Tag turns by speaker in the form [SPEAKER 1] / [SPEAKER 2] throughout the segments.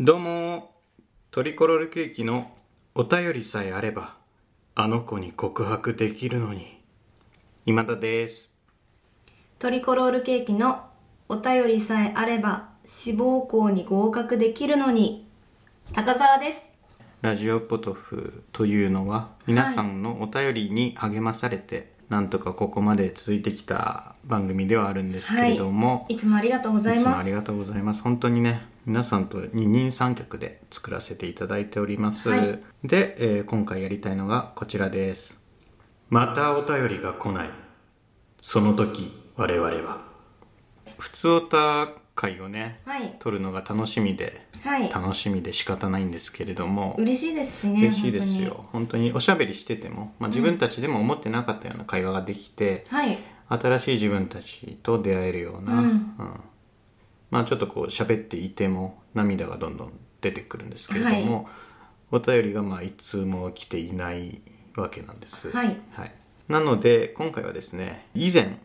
[SPEAKER 1] どうもトリコロールケーキのお便りさえあればあの子に告白できるのに今田です
[SPEAKER 2] トリコロールケーキのお便りさえあれば志望校に合格できるのに高澤です
[SPEAKER 1] ラジオポトフというのは皆さんのお便りに励まされて、なんとかここまで続いてきた番組ではあるんですけれども、
[SPEAKER 2] いつもありがとうございます
[SPEAKER 1] つもありがとうございます本当にね皆さんと二人三脚で作らせていただいております、
[SPEAKER 2] はい
[SPEAKER 1] で、えー今回やりたいのがこちらですまたお便りが来ないその時我々は普通おた会をね
[SPEAKER 2] はい
[SPEAKER 1] 撮るのが楽しみで
[SPEAKER 2] はい
[SPEAKER 1] 楽しみで仕方ないんですけれども、
[SPEAKER 2] 嬉しいですしね
[SPEAKER 1] 嬉しいですよ本当におしゃべりしてても、まあ、自分たちでも思ってなかったような会話ができて、
[SPEAKER 2] 本当にはい
[SPEAKER 1] 新しい自分たちと出会えるような、
[SPEAKER 2] うん
[SPEAKER 1] まあちょっとこう喋っていても涙がどんどん出てくるんですけれども、お便りがまあ一通も来ていないわけなんです、
[SPEAKER 2] はい
[SPEAKER 1] なので今回はですね以前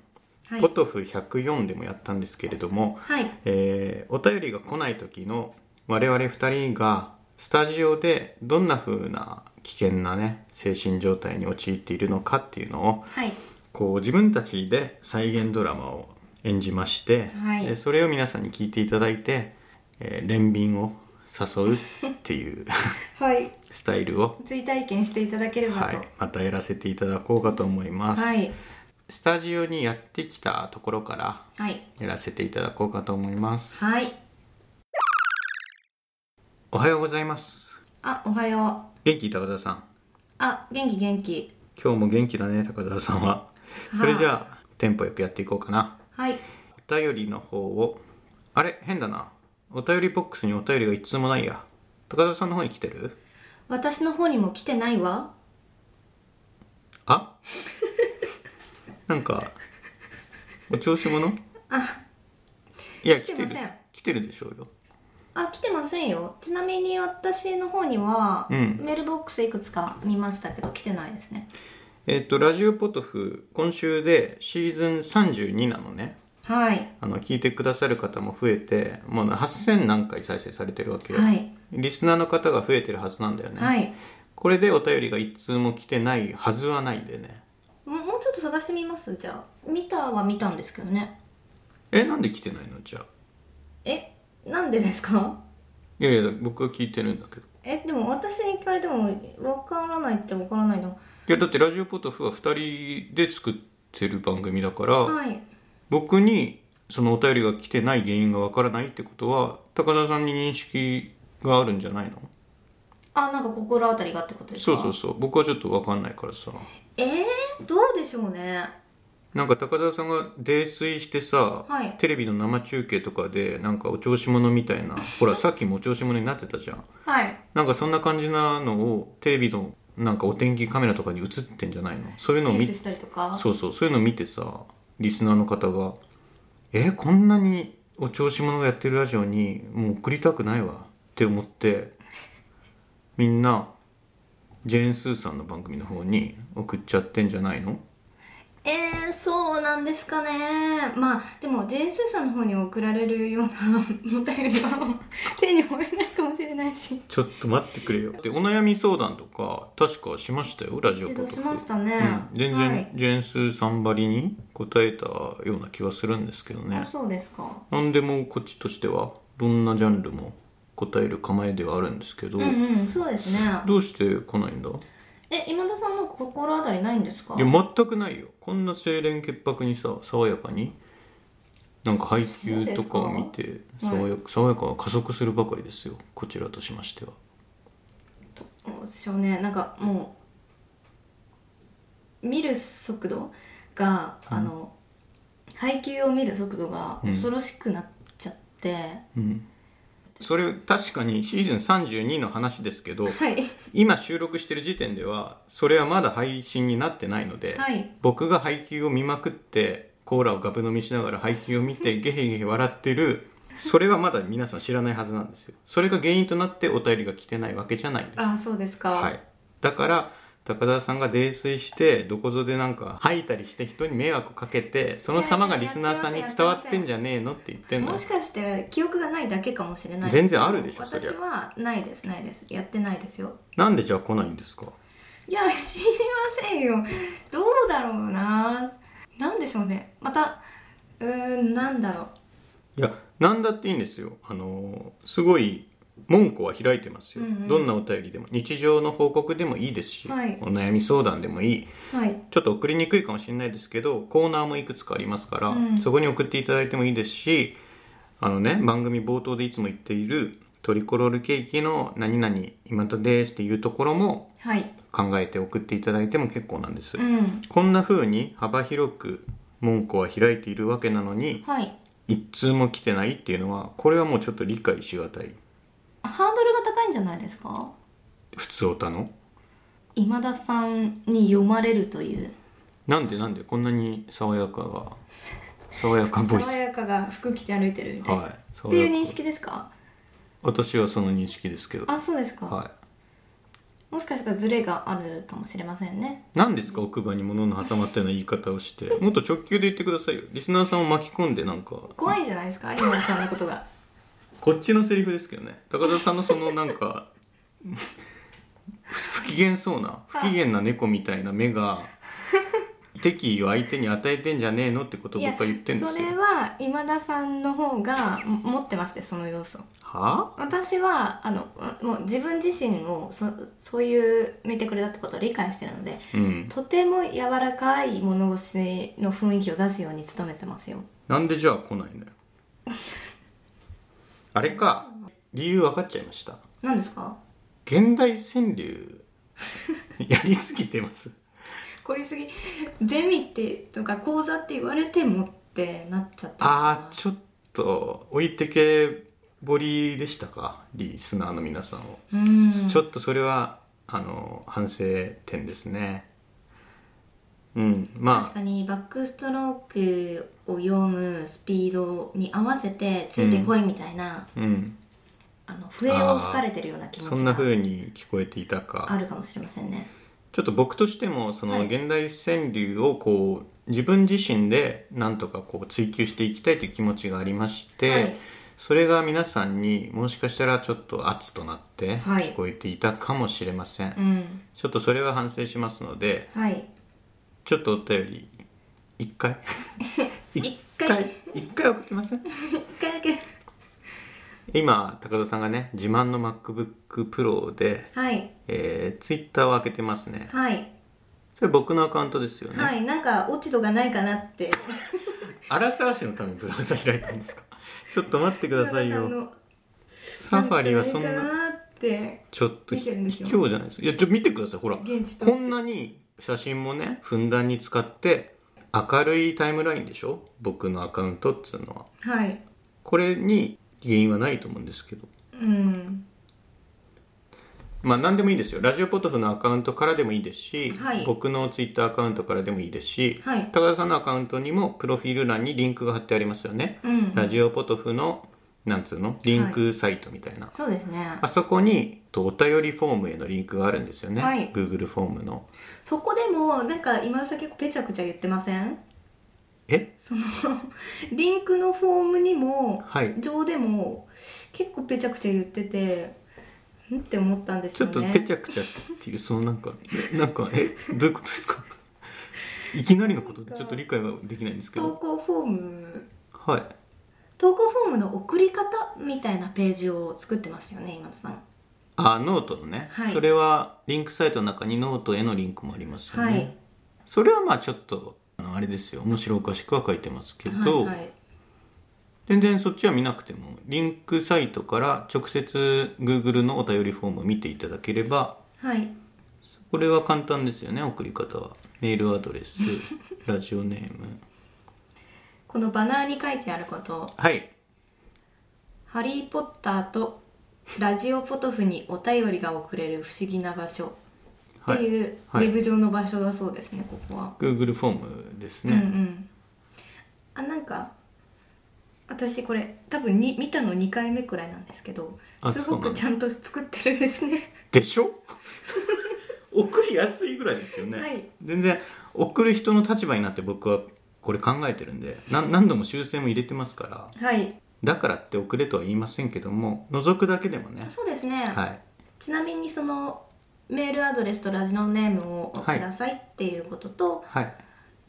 [SPEAKER 2] はい
[SPEAKER 1] ポトフ104でもやったんですけれども、
[SPEAKER 2] はい
[SPEAKER 1] えーお便りが来ない時の我々2人がスタジオでどんな風な危険なね精神状態に陥っているのかっていうのを
[SPEAKER 2] はい
[SPEAKER 1] こう自分たちで再現ドラマを演じまして、
[SPEAKER 2] はい
[SPEAKER 1] えーそれを皆さんに聞いていただいて、えー憐憫を誘うっていう
[SPEAKER 2] はい
[SPEAKER 1] スタイルを、
[SPEAKER 2] 追体験していただければ
[SPEAKER 1] は
[SPEAKER 2] と
[SPEAKER 1] い、またやらせていただこうかと思います、
[SPEAKER 2] はい
[SPEAKER 1] スタジオにやってきたところから
[SPEAKER 2] はい
[SPEAKER 1] やらせていただこうかと思います
[SPEAKER 2] はい
[SPEAKER 1] おはようございます
[SPEAKER 2] あおはよう
[SPEAKER 1] 元気高田さん
[SPEAKER 2] あ元気元気
[SPEAKER 1] 今日も元気だね高田さんはそれじゃあテンポよくやっていこうかな
[SPEAKER 2] はい
[SPEAKER 1] お便りの方をあれ変だなお便りボックスにお便りが一つもないや高田さんの方に来てる
[SPEAKER 2] 私の方にも来てないわ
[SPEAKER 1] あなんかお調子者いや来
[SPEAKER 2] 来
[SPEAKER 1] て
[SPEAKER 2] て
[SPEAKER 1] る
[SPEAKER 2] ません
[SPEAKER 1] 来てるでしょうよ
[SPEAKER 2] あ来てませんよちなみに私の方には、
[SPEAKER 1] うん
[SPEAKER 2] メールボックスいくつか見ましたけど来てないですね
[SPEAKER 1] えっ、とラジオポトフ今週でシーズン32なのね
[SPEAKER 2] はい
[SPEAKER 1] あの聞いてくださる方も増えてもう8000何回再生されてるわけよ、
[SPEAKER 2] はい
[SPEAKER 1] リスナーの方が増えてるはずなんだよね、
[SPEAKER 2] はい
[SPEAKER 1] これでお便りが一通も来てないはずはないんだよね
[SPEAKER 2] ももうちょっと探してみますじゃあ見たは見たんですけどね
[SPEAKER 1] えなんで来てないのじゃあ
[SPEAKER 2] えなんでですか
[SPEAKER 1] いやいや僕は聞いてるんだけど
[SPEAKER 2] えでも私に聞かれてもわからないってわからないの
[SPEAKER 1] いやだってラジオポトフは2人で作ってる番組だから、
[SPEAKER 2] はい
[SPEAKER 1] 僕にそのお便りが来てない原因がわからないってことは高田さんに認識があるんじゃないの
[SPEAKER 2] あなんか心当たりがってことです
[SPEAKER 1] そ
[SPEAKER 2] か
[SPEAKER 1] うそうそう僕はちょっとわかんないからさ
[SPEAKER 2] えー、どうでしょうね
[SPEAKER 1] なんか高田さんが泥酔してさ、
[SPEAKER 2] はい
[SPEAKER 1] テレビの生中継とかでなんかお調子者みたいなほ らさっきもお調子者になってたじゃん
[SPEAKER 2] はい
[SPEAKER 1] なんかそんな感じなのをテレビのなんかお天気カメラとかに映ってんじゃないのそういうのを
[SPEAKER 2] テ
[SPEAKER 1] 見
[SPEAKER 2] ストしたりとか
[SPEAKER 1] そうそうそういうの見てさリスナーの方が「えこんなにお調子者がやってるラジオにもう送りたくないわ」って思ってみんなジェーン・スーさんの番組の方に送っちゃってんじゃないの
[SPEAKER 2] えー、そうなんですかねまあでもジェーン・スーさんの方に送られるようなお便りは 手に負えないかもしれないし
[SPEAKER 1] ちょっと待ってくれよでお悩み相談とか確かしましたよラジオ
[SPEAKER 2] 一
[SPEAKER 1] ポ
[SPEAKER 2] 度
[SPEAKER 1] トフ
[SPEAKER 2] しましたね、
[SPEAKER 1] うん、全然、
[SPEAKER 2] はい
[SPEAKER 1] ジェーン・スーさんばりに答えたような気はするんですけどね
[SPEAKER 2] あそうですか
[SPEAKER 1] なんでもこっちとしてはどんなジャンルも答える構えではあるんですけど、
[SPEAKER 2] うんうんそうですね
[SPEAKER 1] どうして来ないんだい
[SPEAKER 2] え今田さんの心当たりないんですか
[SPEAKER 1] や全くないよこんな清廉潔白にさ爽やかになんか配給とかを見て
[SPEAKER 2] そ
[SPEAKER 1] 爽
[SPEAKER 2] うですか
[SPEAKER 1] やか爽やかは加速するばかりですよこちらとしましては
[SPEAKER 2] どうでしょうねなんかもう見る速度が、あの配球を見る速度が恐ろしくなっちゃって、
[SPEAKER 1] うんそれ確かにシーズン32の話ですけど
[SPEAKER 2] はい
[SPEAKER 1] 今収録してる時点ではそれはまだ配信になってないので、
[SPEAKER 2] はい
[SPEAKER 1] 僕が配給を見まくってコーラをガブ飲みしながら配給を見てゲヘゲヘ笑ってるそれはまだ皆さん知らないはずなんですよそれが原因となってお便りが来てないわけじゃないんです
[SPEAKER 2] あそうですか
[SPEAKER 1] はい、だから高田さんが泥酔してどこぞでなんか吐いたりして人に迷惑かけてその様がリスナーさんに伝わってんじゃねえのって言ってんの
[SPEAKER 2] もしかして記憶がないだけかもしれない
[SPEAKER 1] 全然あるでしょそり
[SPEAKER 2] 私
[SPEAKER 1] ゃ
[SPEAKER 2] はないですないですやってないですよ
[SPEAKER 1] なんでじゃあ来ないんですか
[SPEAKER 2] いや 知りませんよどうだろうななんでしょうねまたうーんなんだろう
[SPEAKER 1] いや何だっていいんですよあのーすごい門戸は開いてますよ、
[SPEAKER 2] うんうん
[SPEAKER 1] どんなお便りでも日常の報告でもいいですし、
[SPEAKER 2] はい
[SPEAKER 1] お悩み相談でもいい
[SPEAKER 2] はい
[SPEAKER 1] ちょっと送りにくいかもしれないですけどコーナーもいくつかありますから、
[SPEAKER 2] うん
[SPEAKER 1] そこに送っていただいてもいいですしあのね番組冒頭でいつも言っているトリコロールケーキの何々今とですっていうところも
[SPEAKER 2] はい
[SPEAKER 1] 考えて送っていただいても結構なんです、
[SPEAKER 2] うん
[SPEAKER 1] こんな風に幅広く門戸は開いているわけなのに
[SPEAKER 2] はい
[SPEAKER 1] 一通も来てないっていうのはこれはもうちょっと理解しがたい
[SPEAKER 2] ハードルが高いんじゃないですか
[SPEAKER 1] 普通おたの
[SPEAKER 2] 今田さんに読まれるという
[SPEAKER 1] なんでなんでこんなに爽やか が爽やかボイ
[SPEAKER 2] 爽
[SPEAKER 1] ス
[SPEAKER 2] やかが服着て歩いてるみたいな、
[SPEAKER 1] はい
[SPEAKER 2] っ
[SPEAKER 1] 爽
[SPEAKER 2] て
[SPEAKER 1] や
[SPEAKER 2] いう
[SPEAKER 1] か
[SPEAKER 2] 認識ですか
[SPEAKER 1] 私はその認識ですけど
[SPEAKER 2] あそうですか、
[SPEAKER 1] は
[SPEAKER 2] もしかしたらズレがあるかもしれませんね
[SPEAKER 1] い何ですか奥歯に物の挟まったような言い方をしてもっと直球で言ってくださいよリスナーさんを巻き込んでなんか
[SPEAKER 2] 怖いんじゃないですか今田さんのことが
[SPEAKER 1] こっちのセリフですけどね高田さんのそのなんか 不機嫌そうな不機嫌な猫みたいな目が敵意を相手に与えてんじゃねえのってことを
[SPEAKER 2] いや
[SPEAKER 1] 僕は言ってんですよ
[SPEAKER 2] それは今田さんの方がも持ってますねその要素
[SPEAKER 1] は
[SPEAKER 2] 私はあのもう自分自身をそそういう見てくれたってことを理解してるので
[SPEAKER 1] あうん
[SPEAKER 2] とても柔らかい物腰の雰囲気を出すように努めてますよ
[SPEAKER 1] なんでじゃあ来ないんだよあれか理由分かっちゃいました
[SPEAKER 2] 何ですか
[SPEAKER 1] 現代川柳 やりすぎてます
[SPEAKER 2] これすぎゼミってとか講座って言われてもってなっちゃった
[SPEAKER 1] ああちょっと置いてけぼりでしたかリスナーの皆さんを、
[SPEAKER 2] ょうん
[SPEAKER 1] ちょっとそれはあの反省点ですねうんま
[SPEAKER 2] 確
[SPEAKER 1] あ
[SPEAKER 2] かにバックストロークを読むスピードに合わせてついてこいみたいな、
[SPEAKER 1] うん
[SPEAKER 2] あの笛を吹かれてるような気持
[SPEAKER 1] そ
[SPEAKER 2] ち
[SPEAKER 1] んな
[SPEAKER 2] が
[SPEAKER 1] 風に聞こえていたか
[SPEAKER 2] あるかもしれませんね
[SPEAKER 1] ちょっと僕としてもそ
[SPEAKER 2] は
[SPEAKER 1] の
[SPEAKER 2] い
[SPEAKER 1] 現代川柳をこう自分自身でなんとかこう追求していきたいという気持ちがありまして、
[SPEAKER 2] はい
[SPEAKER 1] それが皆さんにもしかしたらちょっと圧となって
[SPEAKER 2] はい
[SPEAKER 1] 聞こえていたかもしれません、
[SPEAKER 2] うん
[SPEAKER 1] ちょっとそれは反省しますので
[SPEAKER 2] はい
[SPEAKER 1] ちょっとお便り一 回一
[SPEAKER 2] 回
[SPEAKER 1] 一回送ってません
[SPEAKER 2] 一回だけ
[SPEAKER 1] 今高田さんがね自慢の MacBookPro で、
[SPEAKER 2] はい
[SPEAKER 1] えー、Twitter を開けてますね
[SPEAKER 2] はい
[SPEAKER 1] それ僕のアカウントですよね、
[SPEAKER 2] はいなんか落ち度がないかなって
[SPEAKER 1] アラサー氏のためにブラウザ開いたんですか ちょっと待ってください
[SPEAKER 2] さん
[SPEAKER 1] よ
[SPEAKER 2] の
[SPEAKER 1] サファリはそん
[SPEAKER 2] か
[SPEAKER 1] な
[SPEAKER 2] なって
[SPEAKER 1] ちょっと
[SPEAKER 2] 見てるんです
[SPEAKER 1] 卑
[SPEAKER 2] よ
[SPEAKER 1] 怯じゃないですかいやちょ見てくださいほら
[SPEAKER 2] 現地と
[SPEAKER 1] こんなに写真もねふんだんに使って明るいタイムラインでしょ僕のアカウントっつうのは
[SPEAKER 2] はい
[SPEAKER 1] これに原因はないと思うんですけど
[SPEAKER 2] うん
[SPEAKER 1] まあ何でもいいですよラジオポトフのアカウントからでもいいですし、
[SPEAKER 2] はい
[SPEAKER 1] 僕のツイッターアカウントからでもいいですし、
[SPEAKER 2] はい
[SPEAKER 1] 高田さんのアカウントにもプロフィール欄にリンクが貼ってありますよね、
[SPEAKER 2] うん
[SPEAKER 1] ラジオポトフのなんつうのリンクサイトみたいな、
[SPEAKER 2] そうですね
[SPEAKER 1] あそこにとお便りフォームへのリンクがあるんですよね、
[SPEAKER 2] はい
[SPEAKER 1] Google フォームの
[SPEAKER 2] そこでもなんか今さ結構ペチャクチャ言ってません
[SPEAKER 1] え
[SPEAKER 2] その リンクのフォームにも
[SPEAKER 1] はい
[SPEAKER 2] 上でも結構ペチャクチャ言っててんって思ったんです
[SPEAKER 1] ちょ
[SPEAKER 2] よ
[SPEAKER 1] っ
[SPEAKER 2] ね
[SPEAKER 1] とペチャクチャっていうそのなんか えなんかえどういうことですか いきなりのことでちょっと理解はできないんですけ
[SPEAKER 2] 投
[SPEAKER 1] ど
[SPEAKER 2] 稿フォーム
[SPEAKER 1] はい
[SPEAKER 2] 投稿フォームの送り方みたいなページを作ってましたよね今田さん
[SPEAKER 1] あノートのね、
[SPEAKER 2] はい
[SPEAKER 1] それはリンクサイトの中にノートへのリンクもありますよね、
[SPEAKER 2] はい
[SPEAKER 1] それはまあちょっとあのあれですよ面白おかしくは書いてますけど、
[SPEAKER 2] はいはい
[SPEAKER 1] 全然そっちは見なくてもリンクサイトから直接 Google のお便りフォームを見ていただければ
[SPEAKER 2] はい
[SPEAKER 1] これは簡単ですよね送り方はメールアドレ スラジオネーム
[SPEAKER 2] このバナーに書いてあること
[SPEAKER 1] はい
[SPEAKER 2] 「ハリー・ポッターとラジオポトフにお便りが送れる不思議な場所」っ
[SPEAKER 1] は
[SPEAKER 2] て
[SPEAKER 1] い
[SPEAKER 2] いうウ
[SPEAKER 1] はい
[SPEAKER 2] ェブ上の場所だそうですね、ここは
[SPEAKER 1] Google フォームです
[SPEAKER 2] うんう
[SPEAKER 1] ね、
[SPEAKER 2] んあなんか私これ多分に見たの2回目くらいなんですけど
[SPEAKER 1] あ
[SPEAKER 2] す
[SPEAKER 1] そう
[SPEAKER 2] ご
[SPEAKER 1] なの
[SPEAKER 2] くちゃんと作ってるんですね
[SPEAKER 1] でしょお 送りやすいぐらいですよね、
[SPEAKER 2] はい
[SPEAKER 1] 全然送る人の立場になって僕はこれ考えてるんでな何度も修正も入れてますから
[SPEAKER 2] はい
[SPEAKER 1] だからって送れとは言いませんけども覗くだけでもね
[SPEAKER 2] そうですね、
[SPEAKER 1] はい
[SPEAKER 2] ちなみにそのメールアドレスとラジオネームをくださいっていうことと、
[SPEAKER 1] はい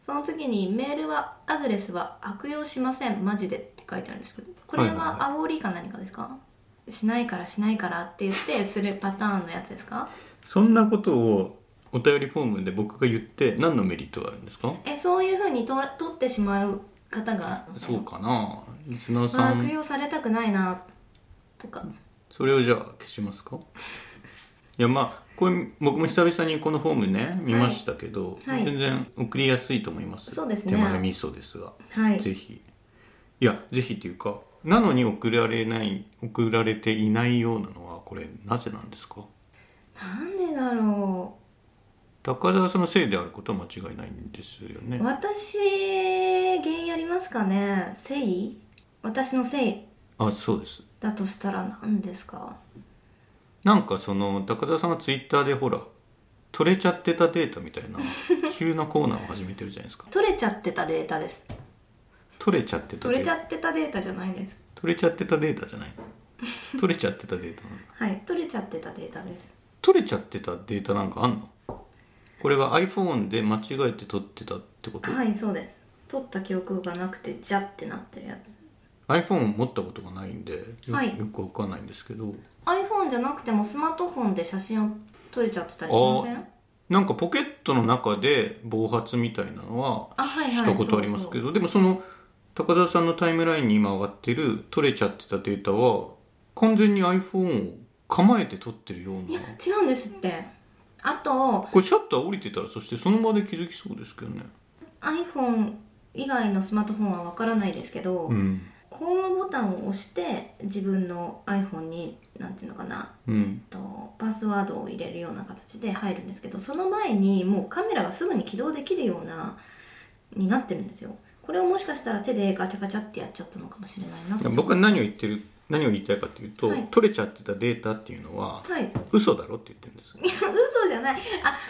[SPEAKER 2] その次にメールはアドレスは悪用しませんマジでって書いてあるんですけどこれ
[SPEAKER 1] はいはい
[SPEAKER 2] は煽りか何かですか、しないからしないからって言ってするパターンのやつですか
[SPEAKER 1] そんなことをお便りフォームで僕が言って何のメリットがあるんですか
[SPEAKER 2] えそういうふうにと取ってしまう方が
[SPEAKER 1] そうかなリスナー
[SPEAKER 2] まあ
[SPEAKER 1] さ
[SPEAKER 2] 悪
[SPEAKER 1] ん
[SPEAKER 2] 用されたくないなとか
[SPEAKER 1] それをじゃあ消します かいやまあこれ僕も久々にこのフォームね見ましたけど、
[SPEAKER 2] はい
[SPEAKER 1] 全然送りやすいと思います
[SPEAKER 2] そうですね
[SPEAKER 1] 手前味噌ですが、
[SPEAKER 2] はい
[SPEAKER 1] ぜひいやぜひっていうかなのに送られない送られていないようなのはこれなぜなんですか
[SPEAKER 2] なんでだろ
[SPEAKER 1] 高田さんのせいであることは間違いないんですよね
[SPEAKER 2] う私原因ありますかね誠意私のせい
[SPEAKER 1] あそうです
[SPEAKER 2] だとしたら何ですか
[SPEAKER 1] なんかその高田さんがツイッターでほら取れちゃってたデータみ たいな急なコーナーを始めてるじゃないですか
[SPEAKER 2] 取れちゃってたデータです
[SPEAKER 1] 取れちゃってた
[SPEAKER 2] 取
[SPEAKER 1] デ
[SPEAKER 2] れ
[SPEAKER 1] ー
[SPEAKER 2] ちゃ
[SPEAKER 1] タ
[SPEAKER 2] ってたデータじゃないです
[SPEAKER 1] 取れちゃってたデータじゃない取れちゃってたデータなの
[SPEAKER 2] はい、取れちゃってたデータです。
[SPEAKER 1] 取れちゃってたデータなんかあんのこれは iPhone で間違えて取ってたってこと、
[SPEAKER 2] はい、そうです。取った記憶がなくて、じゃってなってるやつ。
[SPEAKER 1] iPhone 持ったことがないんでよ,、
[SPEAKER 2] はい
[SPEAKER 1] よくわかんないんですけど
[SPEAKER 2] iPhone じゃなくてもスマートフォンで写真を撮れちゃってたりしません
[SPEAKER 1] なんかポケットの中で暴発みたいなのは
[SPEAKER 2] あはい
[SPEAKER 1] し
[SPEAKER 2] はい
[SPEAKER 1] たことありますけど、でもその高田さんのタイムラインに今上がってる取れちゃってたデータは完全に iPhone を構えて撮ってるよう
[SPEAKER 2] いや
[SPEAKER 1] な、
[SPEAKER 2] 違うんですって。あと、
[SPEAKER 1] これシャッター降りてたらそしてその場で気づきそうですけどね
[SPEAKER 2] iPhone 以外のスマートフォンはわからないですけど、
[SPEAKER 1] うん、
[SPEAKER 2] ホームボタンを押して、自分の iPhone に、なんていうのかな、
[SPEAKER 1] うん、
[SPEAKER 2] えっとパスワードを入れるような形で入るんですけどその前にもうカメラがすぐに起動できるようなになってるんですよこれをもしかしたら手でガチャガチャってやっちゃったのかもしれないなって
[SPEAKER 1] 僕は何を言ってる何を言いたいかというと、
[SPEAKER 2] はい
[SPEAKER 1] 取れちゃってたデータっていうのは
[SPEAKER 2] はい
[SPEAKER 1] 嘘だろって言ってるんです
[SPEAKER 2] 嘘じゃないあ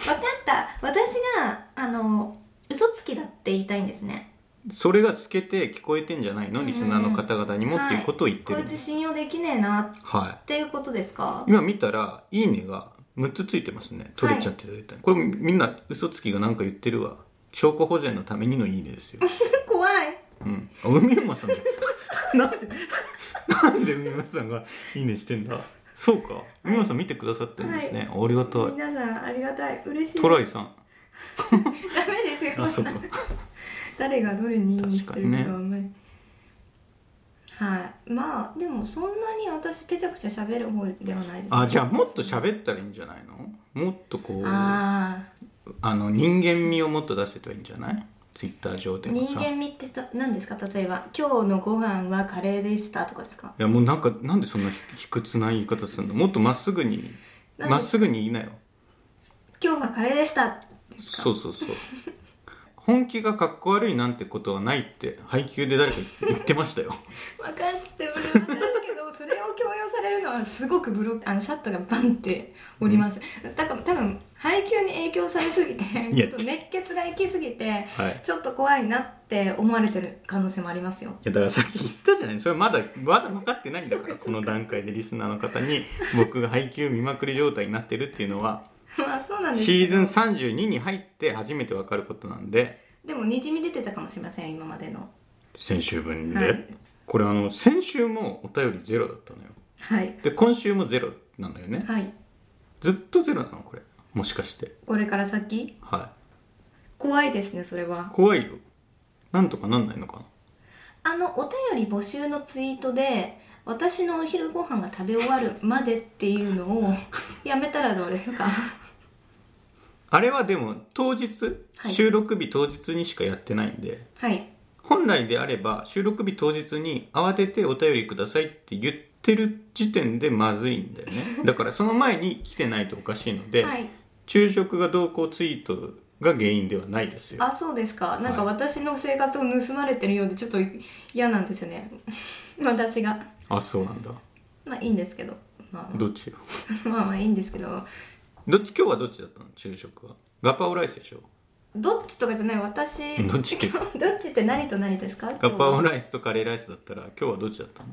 [SPEAKER 2] 分かった私があの嘘つきだって言いたいんですね
[SPEAKER 1] それが透けて聞こえてんじゃないの、
[SPEAKER 2] うん
[SPEAKER 1] リスナーの方々にもっていうことを言って
[SPEAKER 2] こ
[SPEAKER 1] る
[SPEAKER 2] い
[SPEAKER 1] んで
[SPEAKER 2] つ
[SPEAKER 1] す、
[SPEAKER 2] 信用できねえなっ
[SPEAKER 1] はい
[SPEAKER 2] ていうことですか
[SPEAKER 1] 今見たら「いいね」が6つついてますね取れちゃってたみたいこれみんな嘘つきがなんか言ってるわ証拠保全のためにの「いいね」ですよ、
[SPEAKER 2] 怖い
[SPEAKER 1] うん、あ海馬さんが なんでなんで海馬さんが「いいね」してんだそうか海馬さん見てくださってるんですね、ありがたい
[SPEAKER 2] 皆さんありがたい嬉しい
[SPEAKER 1] トライさん
[SPEAKER 2] ダメですよ
[SPEAKER 1] あそうか
[SPEAKER 2] 誰がどれに意味して
[SPEAKER 1] 確か
[SPEAKER 2] る
[SPEAKER 1] にね
[SPEAKER 2] とかあんまり、はいまあでもそんなに私ぺちゃくちゃ喋る方ではないです、
[SPEAKER 1] あじゃあもっと喋ったらいいんじゃないのもっとこうあ
[SPEAKER 2] あ
[SPEAKER 1] の人間味をもっと出せたらいいんじゃないツイッター上
[SPEAKER 2] ー
[SPEAKER 1] でも
[SPEAKER 2] 人
[SPEAKER 1] さ
[SPEAKER 2] 間味ってと何ですか例えば「今日のご飯はカレーでした」とかですか
[SPEAKER 1] いやもうなんかなんでそんな卑屈な言い方するのもっとまっすぐに
[SPEAKER 2] なんで
[SPEAKER 1] まっすぐに言いなよ
[SPEAKER 2] 「今日はカレーでした
[SPEAKER 1] そうそうそう本気がかっこ悪いなんてことはないって配給で誰か言ってま したよ」
[SPEAKER 2] 分かってる分かるけどそれを強要されるのはすごくブロックあのシャットがバンっております、だから多分配給に影響されすぎて
[SPEAKER 1] い
[SPEAKER 2] ちょ
[SPEAKER 1] や
[SPEAKER 2] っと熱血が行きすぎて
[SPEAKER 1] はいい
[SPEAKER 2] ちょっと怖いなって思われてる可能性もありますよ
[SPEAKER 1] やだからさっき言ったじゃないそれまだまだ分かってないんだからこの段階でリスナーの方に僕が配給見まくり状態になってるっていうのは
[SPEAKER 2] まあそうなんですけど
[SPEAKER 1] シーズン32に入って初めて分かることなんで
[SPEAKER 2] でもにじみ出てたかもしれませんよ今までの
[SPEAKER 1] 先週分で、
[SPEAKER 2] はい
[SPEAKER 1] これあの先週もお便りゼロだったのよ
[SPEAKER 2] はい
[SPEAKER 1] で今週もゼロなのよね
[SPEAKER 2] はい
[SPEAKER 1] ずっとゼロなのこれもしかして
[SPEAKER 2] これから先
[SPEAKER 1] は
[SPEAKER 2] 怖いですねそれ
[SPEAKER 1] い
[SPEAKER 2] は
[SPEAKER 1] 怖いよなんとかなんないのかな
[SPEAKER 2] あのお便り募集のツイートで私のお昼ご飯が食べ終わるまでっていうの をやめたらどうですか
[SPEAKER 1] あれはでも当日、
[SPEAKER 2] はい
[SPEAKER 1] 収録日当日にしかやってないんで
[SPEAKER 2] はい
[SPEAKER 1] 本来であれば収録日当日に慌ててお便りくださいって言ってる時点でまずいんだよねだからその前に来てないとおかしいので、
[SPEAKER 2] はい
[SPEAKER 1] 昼食が同行ツイートが原因ではないですよ
[SPEAKER 2] あそうですかなんか
[SPEAKER 1] は
[SPEAKER 2] 私の生活を盗まれてるようでちょっと嫌なんですよね 私が
[SPEAKER 1] あそうなんだ
[SPEAKER 2] まあいいんですけどまあ
[SPEAKER 1] どっちよ
[SPEAKER 2] まあまあいいんですけど
[SPEAKER 1] どっち今日はどっちだったの昼食はガパオライスでしょ
[SPEAKER 2] どっちとかじゃない私
[SPEAKER 1] どっちって
[SPEAKER 2] 今日 どっちって何と何ですか
[SPEAKER 1] ガパオ
[SPEAKER 2] 今日
[SPEAKER 1] ライスとカレーライスだったら今日はどっちだったの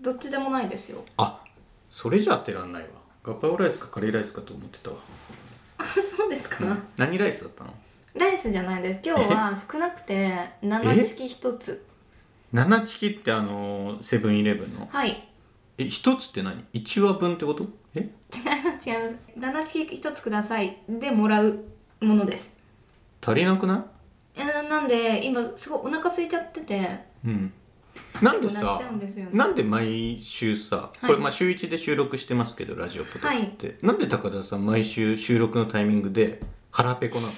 [SPEAKER 2] どっちでもないですよ
[SPEAKER 1] あそれじゃ当てらんないわガパオライスかカレーライスかと思ってたわ、
[SPEAKER 2] あそうですか、
[SPEAKER 1] うん何ライスだったの
[SPEAKER 2] ライスじゃない です今日は少なくて7チキ1つ
[SPEAKER 1] 七チキってあのーセブンイレブンの
[SPEAKER 2] はい
[SPEAKER 1] え一つって何一話分ってことえ
[SPEAKER 2] 違います違います7チキ1つくださいでもらうものです
[SPEAKER 1] 足りなくな
[SPEAKER 2] えーなんで今すごいお腹空いちゃってて
[SPEAKER 1] いうんなんで
[SPEAKER 2] なっ
[SPEAKER 1] さ
[SPEAKER 2] ちゃうんですよね
[SPEAKER 1] なんで毎週さ、
[SPEAKER 2] い
[SPEAKER 1] これまあ週1で収録してますけどラジオポトフって、なんで高田さん毎週収録のタイミングで腹ペ コなの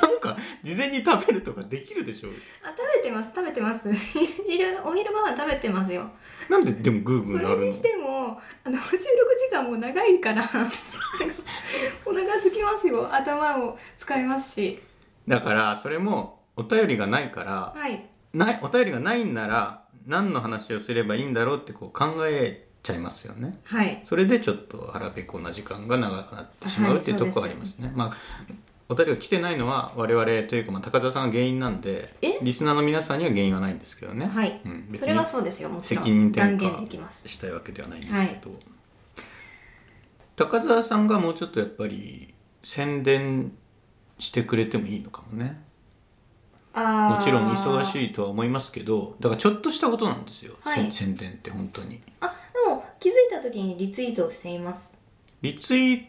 [SPEAKER 1] なんか事前に食べるとかできるでしょ
[SPEAKER 2] あ食べてます食べてます 昼お昼ご飯食べてますよ
[SPEAKER 1] なんででもグーグ
[SPEAKER 2] そ
[SPEAKER 1] ーな
[SPEAKER 2] れ
[SPEAKER 1] る
[SPEAKER 2] に
[SPEAKER 1] の
[SPEAKER 2] してもあの収録時間も長いから お腹空きますよ頭も使いますし
[SPEAKER 1] だからそれもお便りがないから
[SPEAKER 2] はい
[SPEAKER 1] ないお便りがないんなら何の話をすればいいんだろうってこう考えちゃいますよね
[SPEAKER 2] はい
[SPEAKER 1] それでちょっと腹ペコな時間が長くなってしま
[SPEAKER 2] は
[SPEAKER 1] う
[SPEAKER 2] い
[SPEAKER 1] っていうところはありますね、まあお便りが来てないのは我々というか、まあ、高田さんが原因なんで
[SPEAKER 2] え
[SPEAKER 1] リスナーの皆さんには原因はないんですけどね、
[SPEAKER 2] はい、
[SPEAKER 1] うん、別
[SPEAKER 2] それは
[SPEAKER 1] に
[SPEAKER 2] そうですよもちろ
[SPEAKER 1] 責任
[SPEAKER 2] ん
[SPEAKER 1] 転
[SPEAKER 2] 断言できます
[SPEAKER 1] 嫁したいわけではないんですけど、高澤さんがもうちょっとやっぱり宣伝してくれてもいいのかもね
[SPEAKER 2] あー
[SPEAKER 1] もちろん忙しいとは思いますけどだからちょっとしたことなんですよ、
[SPEAKER 2] はい
[SPEAKER 1] せ宣伝って本当に
[SPEAKER 2] あでも気づいた時にリツイートをしています
[SPEAKER 1] リツイー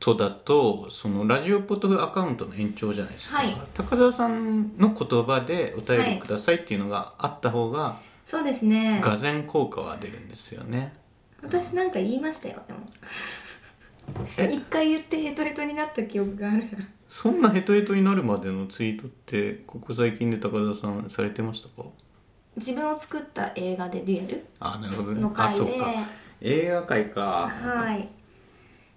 [SPEAKER 1] トだとそのラジオポトフアカウントの延長じゃないですか、
[SPEAKER 2] はい
[SPEAKER 1] 高澤さんの言葉でお便
[SPEAKER 2] はい
[SPEAKER 1] りくださいっていうのがあった方が
[SPEAKER 2] そうですね
[SPEAKER 1] 俄然効果は出るんですよね、
[SPEAKER 2] 私なんか言いましたよでも
[SPEAKER 1] え
[SPEAKER 2] 一回言ってヘトヘトになった記憶があるな
[SPEAKER 1] そんなヘトヘトになるまでのツイートってここ最近で高田さんされてましたか
[SPEAKER 2] 自分を作った映画でデュエル
[SPEAKER 1] あなるほどね
[SPEAKER 2] の
[SPEAKER 1] あ
[SPEAKER 2] 回で
[SPEAKER 1] そうか映画界か、
[SPEAKER 2] はい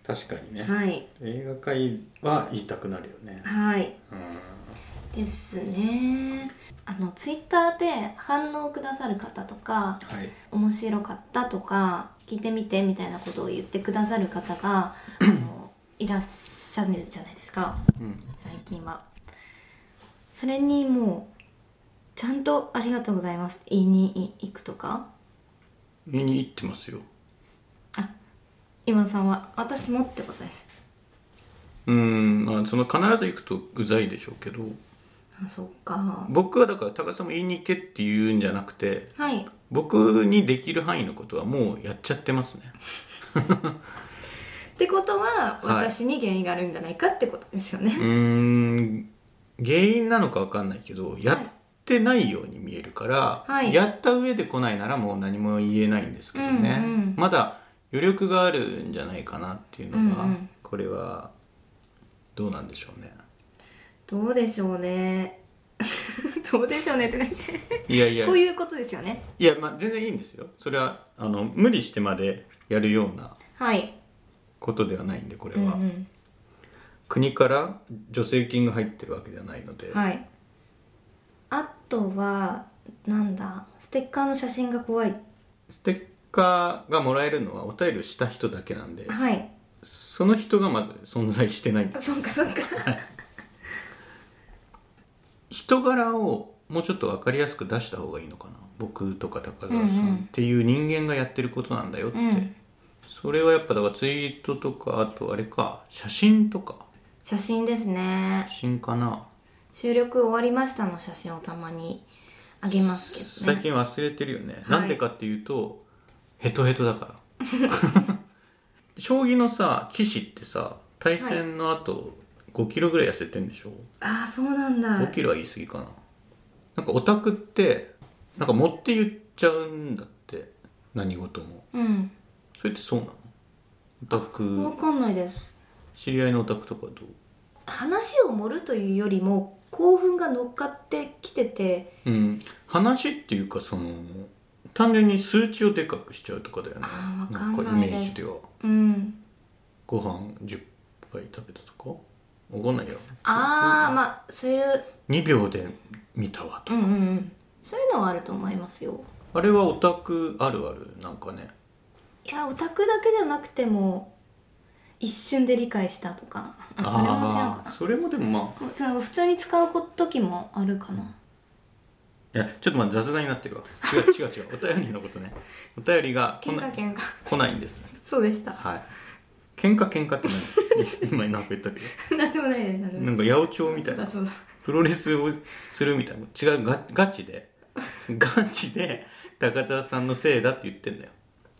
[SPEAKER 1] 確かにね、
[SPEAKER 2] はい
[SPEAKER 1] 映画界は言いたくなるよね、
[SPEAKER 2] はい
[SPEAKER 1] うん
[SPEAKER 2] ですねあのツイッターで反応をくださる方とか
[SPEAKER 1] はい
[SPEAKER 2] 面白かったとか聞いてみてみたいなことを言ってくださる 方があのいらっしゃるじゃないですか
[SPEAKER 1] うん
[SPEAKER 2] 最近はそれにもうちゃんと「ありがとうございます」言いに行くとか
[SPEAKER 1] 見に行ってますよ
[SPEAKER 2] あ今さんは「私も」ってことです
[SPEAKER 1] うんまあその必ず行くとうざいでしょうけど
[SPEAKER 2] あそっか
[SPEAKER 1] 僕はだから高田さんも言いに行けって言うんじゃなくて
[SPEAKER 2] はい
[SPEAKER 1] 僕にできる範囲のことはもうやっちゃってますね
[SPEAKER 2] ってことは
[SPEAKER 1] はい
[SPEAKER 2] 私に原因があるんじゃないかってことですよね、
[SPEAKER 1] うーん原因なのか分かんないけどやってないように見えるから、
[SPEAKER 2] はい
[SPEAKER 1] やった上で来ないならもう何も言えないんですけどね、
[SPEAKER 2] うんうん
[SPEAKER 1] まだ余力があるんじゃないかなっていうのが、
[SPEAKER 2] うんうん
[SPEAKER 1] これはどうなんでしょうね
[SPEAKER 2] どうでしょ うねどうでしょうねってなんて
[SPEAKER 1] いやいや
[SPEAKER 2] こういうことですよね
[SPEAKER 1] いや、まあ、全然いいんですよそれはあの無理してまでやるような
[SPEAKER 2] はい、
[SPEAKER 1] ことではないんでこれ
[SPEAKER 2] うん
[SPEAKER 1] は、
[SPEAKER 2] うん、
[SPEAKER 1] 国から助成金が入ってるわけではないので、
[SPEAKER 2] はいあとはなんだステッカーの写真が怖い
[SPEAKER 1] ステッカーがもらえるのはお便りをした人だけなんで
[SPEAKER 2] はい
[SPEAKER 1] その人がまず存在してないんです
[SPEAKER 2] そっかそっか
[SPEAKER 1] 人柄をもうちょっと分かりやすく出した方がいいのかな僕とか高田さ
[SPEAKER 2] うんうん
[SPEAKER 1] んっていう人間がやってることなんだよって、
[SPEAKER 2] うん
[SPEAKER 1] それはやっぱだからツイートとかあとあれか写真とか
[SPEAKER 2] 写真ですね
[SPEAKER 1] 写真かな
[SPEAKER 2] 収録終わりましたの写真をたまにあげますけど
[SPEAKER 1] 最
[SPEAKER 2] ね
[SPEAKER 1] 近忘れてるよね、
[SPEAKER 2] はい
[SPEAKER 1] なんでかっていうとヘトヘトだから 将棋のさ棋士ってさ対戦の後5キロぐらい痩せてんでしょ、
[SPEAKER 2] ああそうなんだ
[SPEAKER 1] 5キロは言い過ぎかななんかオタクってなんか持って言っちゃうんだって何事も
[SPEAKER 2] うん
[SPEAKER 1] それってそうなのオタク
[SPEAKER 2] 分かんないです
[SPEAKER 1] 知り合いのオタクとかどう
[SPEAKER 2] 話を盛るというよりも興奮が乗っかってきてて
[SPEAKER 1] うん話っていうかその単純に数値をでかくしちゃうとかだよね
[SPEAKER 2] あーわか
[SPEAKER 1] なん
[SPEAKER 2] んない
[SPEAKER 1] か
[SPEAKER 2] で
[SPEAKER 1] イ
[SPEAKER 2] す
[SPEAKER 1] メージでは
[SPEAKER 2] うん
[SPEAKER 1] ご飯10杯食べたとかわかんないよ
[SPEAKER 2] ああまあそういう
[SPEAKER 1] 2秒で見たわと
[SPEAKER 2] うんうんうんそういうのはあると思いますよ
[SPEAKER 1] あれはオタクあるあるなんかね
[SPEAKER 2] いやオタクだけじゃなくても一瞬で理解したとかあそれも違うか
[SPEAKER 1] ああー
[SPEAKER 2] な
[SPEAKER 1] それもでもまあ
[SPEAKER 2] つなぐ普通に使う時もあるかな、
[SPEAKER 1] いやちょっとまあ雑談になってるわ違う違う違 うお便りのことねお便りが来
[SPEAKER 2] 喧
[SPEAKER 1] な
[SPEAKER 2] 嘩喧嘩
[SPEAKER 1] 来ないんです
[SPEAKER 2] そうでした
[SPEAKER 1] はい喧嘩喧嘩って何 今なんか言ったけ
[SPEAKER 2] 何でもないです何で
[SPEAKER 1] どな
[SPEAKER 2] もない
[SPEAKER 1] んか八百長みたいな
[SPEAKER 2] そうだそうだ
[SPEAKER 1] プロレスをするみたいな違うガガチ でガチで高澤さんのせいだって言ってんだよ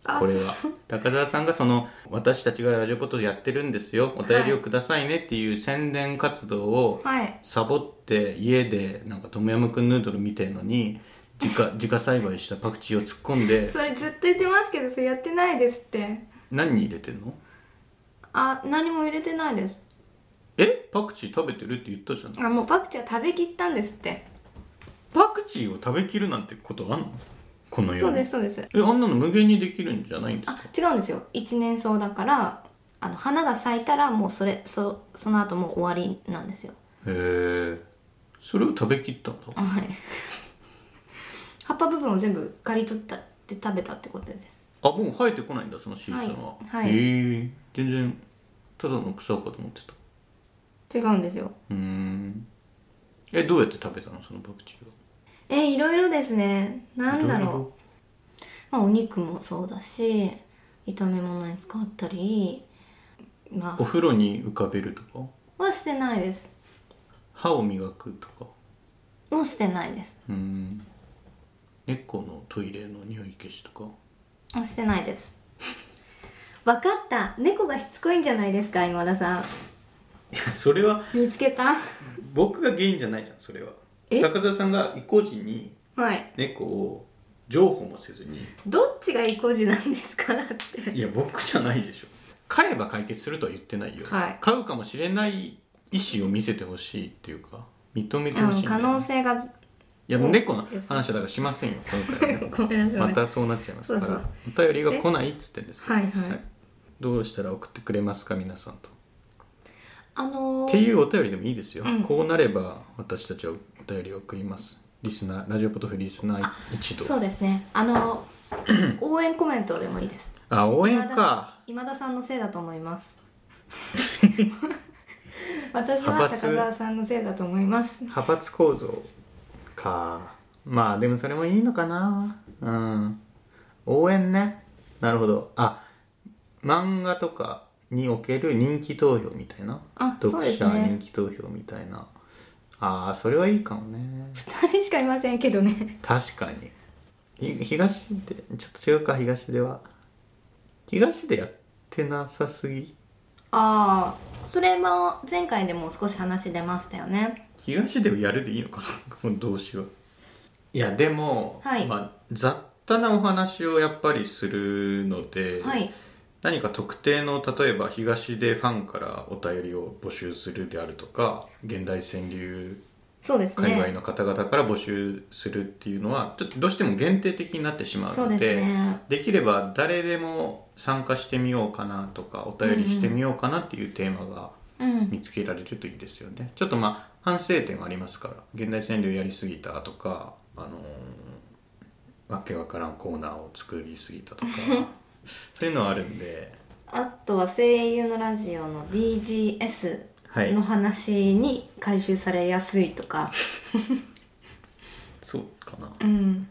[SPEAKER 2] あ
[SPEAKER 1] これは高澤さんがその私たちがラジオポッドでやってるんですよお便りをくださいねっていう宣伝活動を
[SPEAKER 2] はい
[SPEAKER 1] サボって家でなんかトムヤムクンヌードル見てるのに自 家自家栽培したパクチーを突っ込んで
[SPEAKER 2] それずっと言ってますけどそれやってないですって
[SPEAKER 1] 何に入れてんの
[SPEAKER 2] あ何も入れてないです
[SPEAKER 1] えパクチー食べてるって言ったじゃん
[SPEAKER 2] あもうパクチーは食べきったんですって
[SPEAKER 1] パクチーを食べきるなんてことあんのこの世に
[SPEAKER 2] そうですそうです
[SPEAKER 1] えあんなの無限にできるんじゃないんです
[SPEAKER 2] あ
[SPEAKER 1] か
[SPEAKER 2] 違うんですよ一年草だからあの花が咲いたらもうそれそその後もう終わりなんですよ
[SPEAKER 1] へえそれを食べきったんだ
[SPEAKER 2] あはい葉っぱ部分を全部刈り取ったって食べたってことです
[SPEAKER 1] あもう生えてこないんだそのシーズンは、
[SPEAKER 2] はいはい
[SPEAKER 1] へえ全然ただの草かと思ってた
[SPEAKER 2] 違うんですよ
[SPEAKER 1] うーんえどうやって食べたのそのパクチーは
[SPEAKER 2] えいろいろですねなんだ
[SPEAKER 1] い
[SPEAKER 2] ろ
[SPEAKER 1] ろいうろ
[SPEAKER 2] まあ、お肉もそうだし炒め物に使ったりま
[SPEAKER 1] お風呂に浮かべるとか
[SPEAKER 2] あはしてないです
[SPEAKER 1] 歯を磨くとか
[SPEAKER 2] もうしてないです
[SPEAKER 1] うーん猫のトイレの匂い消しとか
[SPEAKER 2] もうしてないですわかった猫がしつこいんじゃないですか今田さん
[SPEAKER 1] いやそれは
[SPEAKER 2] 見つけた
[SPEAKER 1] 僕が原因じゃないじゃんそれは
[SPEAKER 2] え
[SPEAKER 1] 高田さんが意固時に
[SPEAKER 2] はい
[SPEAKER 1] 猫を譲歩もせずに
[SPEAKER 2] どっちがいい工事なんですかって
[SPEAKER 1] いや僕じゃないでしょ飼えば解決するとは言ってないよ、
[SPEAKER 2] はい
[SPEAKER 1] 飼うかもしれない意思を見せてほしいっていうか認めて
[SPEAKER 2] あ
[SPEAKER 1] ほしい
[SPEAKER 2] の
[SPEAKER 1] んだ
[SPEAKER 2] 可
[SPEAKER 1] よ
[SPEAKER 2] 能性がず
[SPEAKER 1] いやもう猫の
[SPEAKER 2] です
[SPEAKER 1] 話はだからしませんよ今回 はね
[SPEAKER 2] ごめんなさ
[SPEAKER 1] ま
[SPEAKER 2] い
[SPEAKER 1] たそうなっちゃいますか
[SPEAKER 2] そ
[SPEAKER 1] ら
[SPEAKER 2] う
[SPEAKER 1] お便りが来ないっつってんですよ
[SPEAKER 2] はいはい、
[SPEAKER 1] どうしたら送ってくれますか皆さんと
[SPEAKER 2] あの
[SPEAKER 1] って
[SPEAKER 2] ー、
[SPEAKER 1] いうお便りでもいいですよ、
[SPEAKER 2] うん
[SPEAKER 1] こうなれば私たちはお便りを送りますリスナーラジオポトフリスナー一同
[SPEAKER 2] そうですねあ のー応援コメントでもいいです
[SPEAKER 1] あ応援か
[SPEAKER 2] 今田さんのせいだと思います 私は
[SPEAKER 1] 派
[SPEAKER 2] 高
[SPEAKER 1] 閥
[SPEAKER 2] 澤さんのせいだと思います
[SPEAKER 1] 派閥構造かまあでもそれもいいのかなうん応援ねなるほどあ漫画とかにおける人気投票みたいな
[SPEAKER 2] あそう
[SPEAKER 1] 読
[SPEAKER 2] です
[SPEAKER 1] 者
[SPEAKER 2] ね
[SPEAKER 1] 人気投票みたいな、ああそれはいいかもね
[SPEAKER 2] 2人しかいませんけ どね
[SPEAKER 1] 確かにひ東でちょっと違うか東では東でやってなさすぎ
[SPEAKER 2] ああそれも前回でも少し話出ましたよね
[SPEAKER 1] 東でをやるでいいのかな この動詞はいやでも、
[SPEAKER 2] はい
[SPEAKER 1] まあ、雑多なお話をやっぱりするので、
[SPEAKER 2] はい
[SPEAKER 1] 何か特定の例えば東でファンからお便りを募集するであるとか現代川柳
[SPEAKER 2] そうです
[SPEAKER 1] 界隈
[SPEAKER 2] ね
[SPEAKER 1] の方々から募集するっていうのは、ちょっとどうしても限定的になってしまう
[SPEAKER 2] そう
[SPEAKER 1] の
[SPEAKER 2] です
[SPEAKER 1] で
[SPEAKER 2] ね
[SPEAKER 1] できれば誰でも参加してみようかなとかお便りしてみようかなっていうテーマが
[SPEAKER 2] うん
[SPEAKER 1] 見つけられるといいですよねちょっとまあ反省点はありますから現代川柳やりすぎたとかあのーわけわからんコーナーを作りすぎたと かそういうのはあるんで
[SPEAKER 2] あとは声優のラジオの DGS
[SPEAKER 1] はい
[SPEAKER 2] の話に回収されやすいと か、
[SPEAKER 1] そうかな
[SPEAKER 2] うん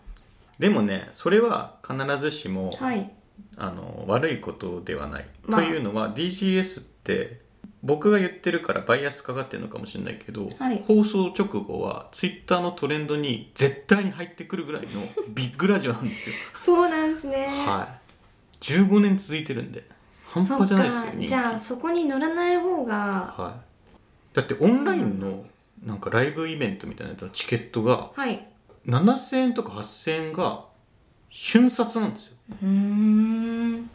[SPEAKER 1] でもねそれは必ずしも、
[SPEAKER 2] はい
[SPEAKER 1] あの悪いことではない、
[SPEAKER 2] まあ
[SPEAKER 1] というのは DGS って僕が言ってるからバイアスかかってるのかもしれないけど、
[SPEAKER 2] はい
[SPEAKER 1] 放送直後は Twitter のトレンドに絶対に入ってくるぐらいのビッグラジオなんですよ
[SPEAKER 2] そうなんですね
[SPEAKER 1] はい15年続いてるんで半
[SPEAKER 2] そ
[SPEAKER 1] 端
[SPEAKER 2] っ
[SPEAKER 1] じゃないですよ
[SPEAKER 2] か
[SPEAKER 1] 人気
[SPEAKER 2] じゃあそこに乗らない方が
[SPEAKER 1] はい、だってオンラインのなんかライブイベントみたいなやつのチケットが
[SPEAKER 2] はい
[SPEAKER 1] 7000円とか8000円が瞬殺なんですよ
[SPEAKER 2] うーん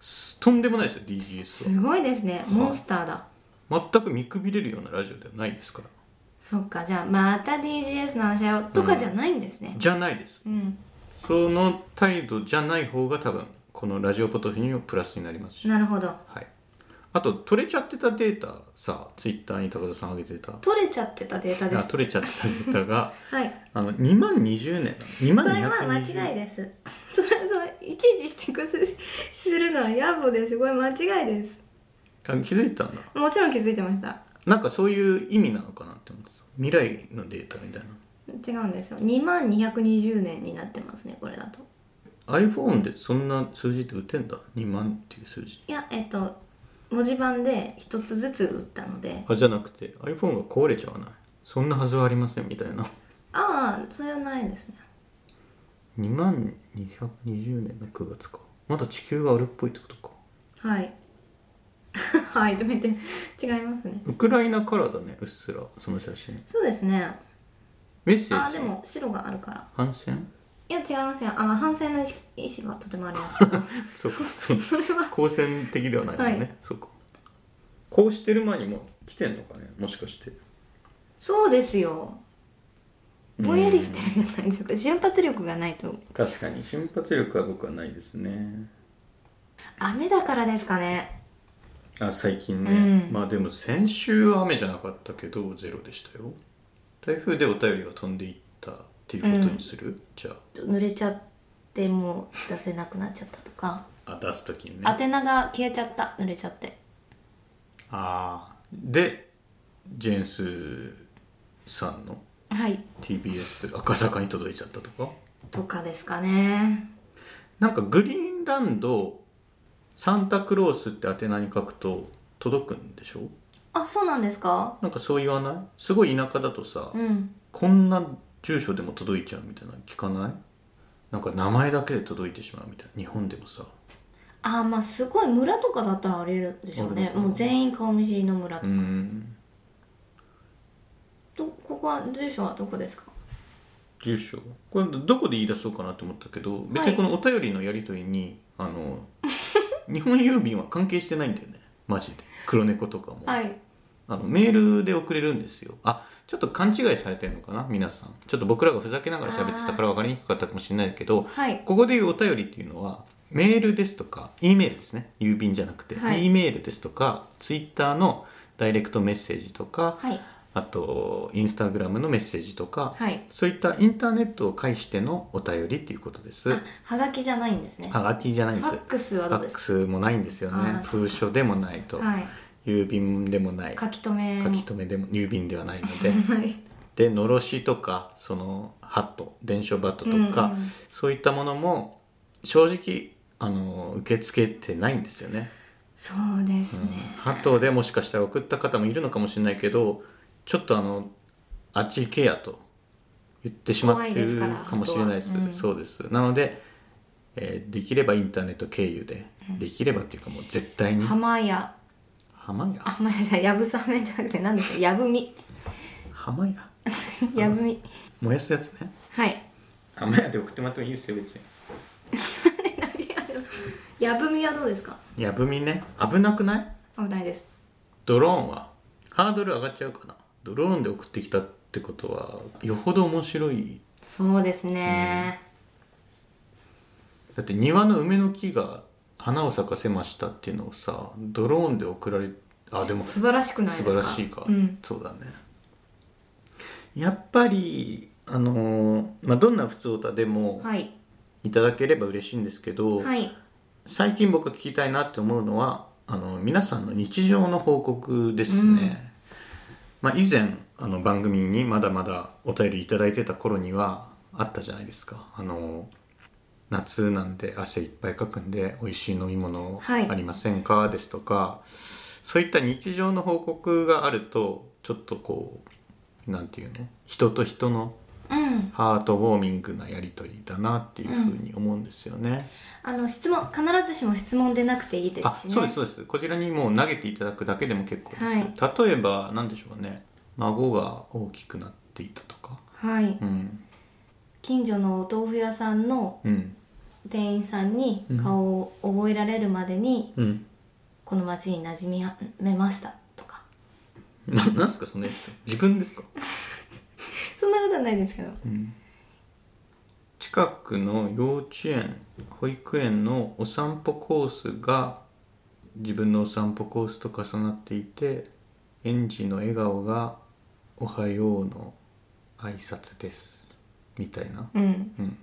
[SPEAKER 1] すとんでもないですよ DGS は
[SPEAKER 2] すごいですねモンスターだ
[SPEAKER 1] 全く見くびれるようなラジオではないですから
[SPEAKER 2] そっかじゃあまた DGS の話し合おうとかじゃないんですね
[SPEAKER 1] じゃないです
[SPEAKER 2] うん、
[SPEAKER 1] その態度じゃない方が多分このラジオポトフにもプラスになりますし、
[SPEAKER 2] なるほど
[SPEAKER 1] はい、あと取れちゃってたデータさツイッターに高田さん上げてた
[SPEAKER 2] 取れちゃってたデータで
[SPEAKER 1] あ
[SPEAKER 2] す
[SPEAKER 1] 取れちゃってたデータが
[SPEAKER 2] はい
[SPEAKER 1] あの2万20年2
[SPEAKER 2] そ
[SPEAKER 1] 万
[SPEAKER 2] れは間違い
[SPEAKER 1] い
[SPEAKER 2] です それそれいちいち指摘するするのは野暮ですごい間違いです
[SPEAKER 1] あ気づいてたんだ
[SPEAKER 2] もちろん気づいてました
[SPEAKER 1] なんかそういう意味なのかなって思ってた未来のデータみたい
[SPEAKER 2] 違うんですよ2万220年になってますねこれだと
[SPEAKER 1] な iPhone でそんな数字って打てんだ2万っていう数字
[SPEAKER 2] いやえっと文字盤で一つずつ打ったので
[SPEAKER 1] あじゃなくて iPhone が壊れちゃわないそんなはずはありませんみたいな
[SPEAKER 2] ああそれはないですね
[SPEAKER 1] 2万220年の9月かまだ地球があるっぽいってことか
[SPEAKER 2] はい はいとめて違いますね
[SPEAKER 1] ウクライナからだねうっすらその写真
[SPEAKER 2] そうですね
[SPEAKER 1] メッセー
[SPEAKER 2] あー
[SPEAKER 1] ジ
[SPEAKER 2] でも白があるから
[SPEAKER 1] 反戦
[SPEAKER 2] いや違いますよあ、まあ、反省の意思意思はとてもありますけ ど
[SPEAKER 1] そうかそう
[SPEAKER 2] それは
[SPEAKER 1] 好戦的ではないもんね、
[SPEAKER 2] はい
[SPEAKER 1] そうかこうしてる前にもう来てんのかねもしかして
[SPEAKER 2] そうですよぼんやりしてるじゃないですか瞬発力がないと
[SPEAKER 1] 確かに瞬発力は僕はないですね
[SPEAKER 2] 雨だからですかね
[SPEAKER 1] あ最近ね、
[SPEAKER 2] うん
[SPEAKER 1] まあでも先週は雨じゃなかったけどゼロでしたよ台風でお便りが飛んでいったっていうことにする、じゃ
[SPEAKER 2] 濡れちゃってもう出せなくなっちゃったとか、
[SPEAKER 1] ああ出す時にね
[SPEAKER 2] 宛名が消えちゃった濡れちゃって
[SPEAKER 1] ああでジェーンスさんの
[SPEAKER 2] はい
[SPEAKER 1] TBS 赤坂に届いちゃったとか
[SPEAKER 2] とかですかね
[SPEAKER 1] なんかグリーンランドサンタクロースって宛名に書くと届くんでしょ
[SPEAKER 2] あそうなんですか
[SPEAKER 1] なんかそう言わないすごい田舎だとさ、
[SPEAKER 2] うん
[SPEAKER 1] こんな住所でも届いちゃうみたいなの聞かないなんか名前だけで届いてしまうみたいな日本でもさ
[SPEAKER 2] あーまあすごい村とかだったらあれるでしょう
[SPEAKER 1] ある
[SPEAKER 2] ね
[SPEAKER 1] のかな
[SPEAKER 2] もう全員顔見知りの村
[SPEAKER 1] う
[SPEAKER 2] と,、
[SPEAKER 1] ん
[SPEAKER 2] とここは住所はどこですか
[SPEAKER 1] 住所これどこで言い出そうかなと思ったけど別にこのお便りのやり取りに、あの日本郵便は関係してないんだよねマジで黒猫とかも、
[SPEAKER 2] はい
[SPEAKER 1] あのメールで送れるんですよあちょっと勘違いされてるのかな皆さんちょっと僕らがふざけながら喋ってたから分かりにくかったかもしれないけど
[SPEAKER 2] はい
[SPEAKER 1] ここでいうお便りっていうのはメールですとか E メールですね郵便じゃなくて、
[SPEAKER 2] はい
[SPEAKER 1] E メールですとか Twitter のダイレクトメッセージとか
[SPEAKER 2] はい
[SPEAKER 1] あと Instagram のメッセージとか、
[SPEAKER 2] はい
[SPEAKER 1] そういったインターネットを介してのお便りっていうことです
[SPEAKER 2] あはがきじゃないんですね
[SPEAKER 1] はがきじゃないんです
[SPEAKER 2] ファックスは
[SPEAKER 1] フ
[SPEAKER 2] ど
[SPEAKER 1] ァ
[SPEAKER 2] うで
[SPEAKER 1] ッ
[SPEAKER 2] す
[SPEAKER 1] ク
[SPEAKER 2] か
[SPEAKER 1] スもないんですよね
[SPEAKER 2] あー
[SPEAKER 1] 封書でもないと、
[SPEAKER 2] はい
[SPEAKER 1] 郵便でもない書
[SPEAKER 2] 書き留め
[SPEAKER 1] き留めでも郵便ではないので
[SPEAKER 2] はい
[SPEAKER 1] でのろしとかそのハット伝書バットとか、
[SPEAKER 2] うんうん
[SPEAKER 1] そういったものも正直あの受け付けてないんですよね。
[SPEAKER 2] そうですね、
[SPEAKER 1] ハトでもしかしたら送った方もいるのかもしれないけどちょっとあのあっち行けやと言ってしまって
[SPEAKER 2] 怖いです
[SPEAKER 1] る
[SPEAKER 2] から
[SPEAKER 1] かもしれないです
[SPEAKER 2] 鳩はうん
[SPEAKER 1] そうですなので、えーできればインターネット経由で、できればっていうかもう絶対に
[SPEAKER 2] 浜屋
[SPEAKER 1] 浜
[SPEAKER 2] あ
[SPEAKER 1] 屋
[SPEAKER 2] 浜屋じゃないやぶさめじゃなくて何ですかやぶみ
[SPEAKER 1] 浜屋
[SPEAKER 2] やぶみ
[SPEAKER 1] 燃やすやつね
[SPEAKER 2] はい
[SPEAKER 1] 浜屋で送ってもらってもいいですよ別に
[SPEAKER 2] やぶみはどうですか
[SPEAKER 1] やぶみね危なくない
[SPEAKER 2] 危ないです
[SPEAKER 1] ドローンはハードル上がっちゃうかなドローンで送ってきたってことはよほど面白い
[SPEAKER 2] そうですね、
[SPEAKER 1] だって庭の梅の木が花を咲かせましたっていうのをさドローンで送られあでも素
[SPEAKER 2] 素晴らしくないですか
[SPEAKER 1] 晴らしいか、
[SPEAKER 2] うん、
[SPEAKER 1] そうだねやっぱりあのーまあ、どんな普通歌でも
[SPEAKER 2] はい
[SPEAKER 1] いただければ嬉しいんですけど、
[SPEAKER 2] はい
[SPEAKER 1] 最近僕が聞きたいなって思うのはあの皆さんの日常の報告ですね、まあ、以前あの番組にまだまだお便りいただいてた頃にはあったじゃないですかあの夏なんで汗いっぱいかくんで美味しい飲み物
[SPEAKER 2] はい
[SPEAKER 1] ありませんか、ですとかそういった日常の報告があるとちょっとこうなんていうの人と人の
[SPEAKER 2] うん
[SPEAKER 1] ハートウォーミングなやり取りだなっていうふうに思うんですよね。
[SPEAKER 2] あの質問必ずしも質問でなくていいで
[SPEAKER 1] あ
[SPEAKER 2] すしね
[SPEAKER 1] そうですそうですこちらにもう投げていただくだけでも結構です、
[SPEAKER 2] は
[SPEAKER 1] 例えば何でしょうね孫が大きくなっていたとか
[SPEAKER 2] はい
[SPEAKER 1] うん
[SPEAKER 2] 近所のお豆腐屋さんの
[SPEAKER 1] うん
[SPEAKER 2] 店員さんに顔を覚えられるまでに、
[SPEAKER 1] うん
[SPEAKER 2] この町に馴染みめましたとか
[SPEAKER 1] ななんですかそのやつ自分ですか、
[SPEAKER 2] そんなことはないですけど
[SPEAKER 1] うん、近くの幼稚園保育園のお散歩コースが自分のお散歩コースと重なっていて園児の笑顔が「おはよう」の挨拶ですみたいな
[SPEAKER 2] うん
[SPEAKER 1] うん、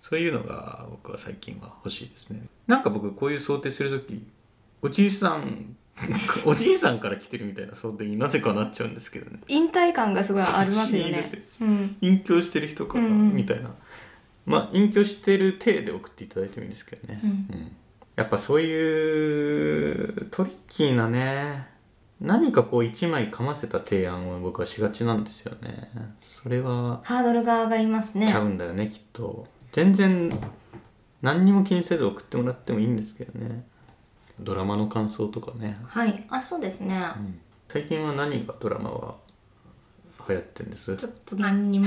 [SPEAKER 1] そういうのが僕は最近は欲しいですねなんか僕こういう想定する時おじいさん おじいさんから来てるみたいな想定になぜかなっちゃうんですけどね
[SPEAKER 2] 引退感がすごいありますよ
[SPEAKER 1] 不思議で
[SPEAKER 2] ね
[SPEAKER 1] すよ
[SPEAKER 2] うん
[SPEAKER 1] 隠居してる人かな、
[SPEAKER 2] うんうん
[SPEAKER 1] みたいなまあ隠居してる体で送っていただいてもいいんですけどね、
[SPEAKER 2] うん
[SPEAKER 1] やっぱそういうトリッキーなね何かこう一枚かませた提案を僕はしがちなんですよねそれは
[SPEAKER 2] ハードルが上がりますね
[SPEAKER 1] ちゃうんだよねきっと全然何にも気にせず送ってもらってもいいんですけどねドラマの感想とかね、
[SPEAKER 2] はいあそうですね、
[SPEAKER 1] うん最近は何がドラマは流行ってんです
[SPEAKER 2] ちょっと何にも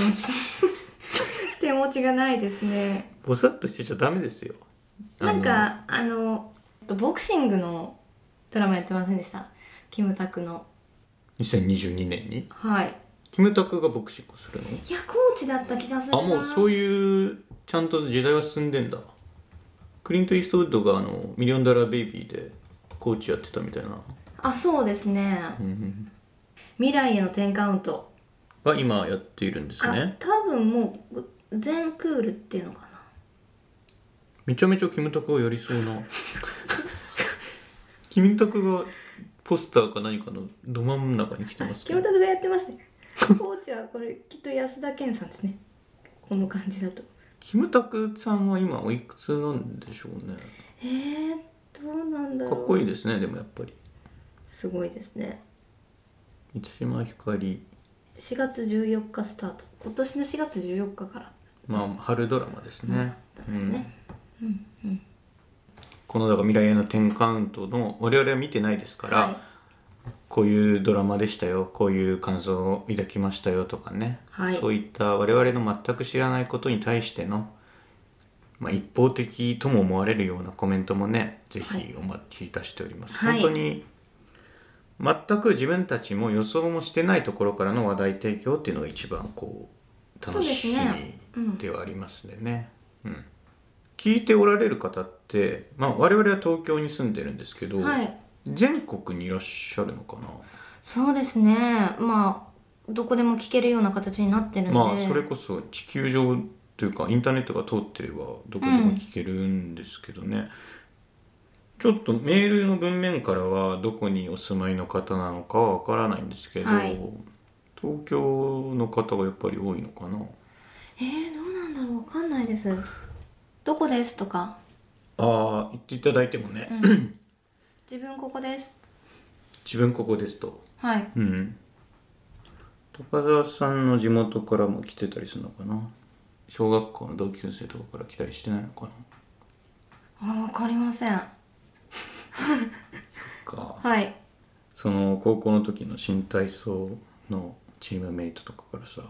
[SPEAKER 2] 手持ちがないですね
[SPEAKER 1] ぼさっとしてちゃダメですよ
[SPEAKER 2] なんかあのボクシングのドラマやってませんでしたキムタクの
[SPEAKER 1] あの2022年に
[SPEAKER 2] はい
[SPEAKER 1] キムタクがボクシングをするの
[SPEAKER 2] いやコーチだった気がするな
[SPEAKER 1] あもうそういうちゃんと時代は進んでんだクリント・イーストウッドがあのミリオンダラーベイビーでコーチやってたみたいな、
[SPEAKER 2] あそうですね
[SPEAKER 1] うんうん
[SPEAKER 2] 未来への10カウント
[SPEAKER 1] が今やっているんです
[SPEAKER 2] あ
[SPEAKER 1] ね
[SPEAKER 2] 多分もう全クールっていうのかな
[SPEAKER 1] めちゃめちゃキムタクをやりそうな キムタクがポスターか何かのど真ん中に来てます
[SPEAKER 2] キ
[SPEAKER 1] け
[SPEAKER 2] ム
[SPEAKER 1] ど
[SPEAKER 2] タクがやってます ねコーチはこれきっと安田健さんですねこの感じだと
[SPEAKER 1] キムタクさんは今おいくつなんでしょうね
[SPEAKER 2] えー、どうなんだろう
[SPEAKER 1] かっこいい
[SPEAKER 2] い
[SPEAKER 1] ですねでもやっぱり
[SPEAKER 2] すごいですね
[SPEAKER 1] 満島ひかり
[SPEAKER 2] 4月14日スタート今年の4月14日から
[SPEAKER 1] まあ春ドラマですね,、
[SPEAKER 2] だったんですね、うんうん
[SPEAKER 1] このだから未来への10カウントの我々は見てないですから、
[SPEAKER 2] はい
[SPEAKER 1] こういうドラマでしたよこういう感想を抱きましたよとかね、
[SPEAKER 2] はい
[SPEAKER 1] そういった我々の全く知らないことに対しての、まあ、一方的とも思われるようなコメントもねぜ
[SPEAKER 2] はい
[SPEAKER 1] ひお待ちいたしております、
[SPEAKER 2] はい
[SPEAKER 1] 本当に全く自分たちも予想もしてないところからの話題提供っていうのが一番こう楽しみ
[SPEAKER 2] そうですねうん
[SPEAKER 1] ではありますんでね。うん聞いておられる方って、まあ、我々は東京に住んでるんですけど、
[SPEAKER 2] はい
[SPEAKER 1] 全国にいらっしゃるのかな、
[SPEAKER 2] そうですねまあどこでも聞けるような形になってるんで、
[SPEAKER 1] まあそれこそ地球上というかインターネットが通ってればどこでも聞けるんですけどね、ちょっとメールの文面からはどこにお住まいの方なのかはわからないんですけど、
[SPEAKER 2] はい
[SPEAKER 1] 東京の方がやっぱり多いのかな
[SPEAKER 2] えー、どうなんだろうわかんないですどこですとか、
[SPEAKER 1] ああ言っていただいてもね、
[SPEAKER 2] うん、自分ここです
[SPEAKER 1] 自分ここですと
[SPEAKER 2] はい
[SPEAKER 1] うん高澤さんの地元からも来てたりするのかな小学校の同級生とかから来たりしてないのかな
[SPEAKER 2] あわかりません
[SPEAKER 1] か
[SPEAKER 2] はい
[SPEAKER 1] その高校の時の新体操のチームメイトとかからさ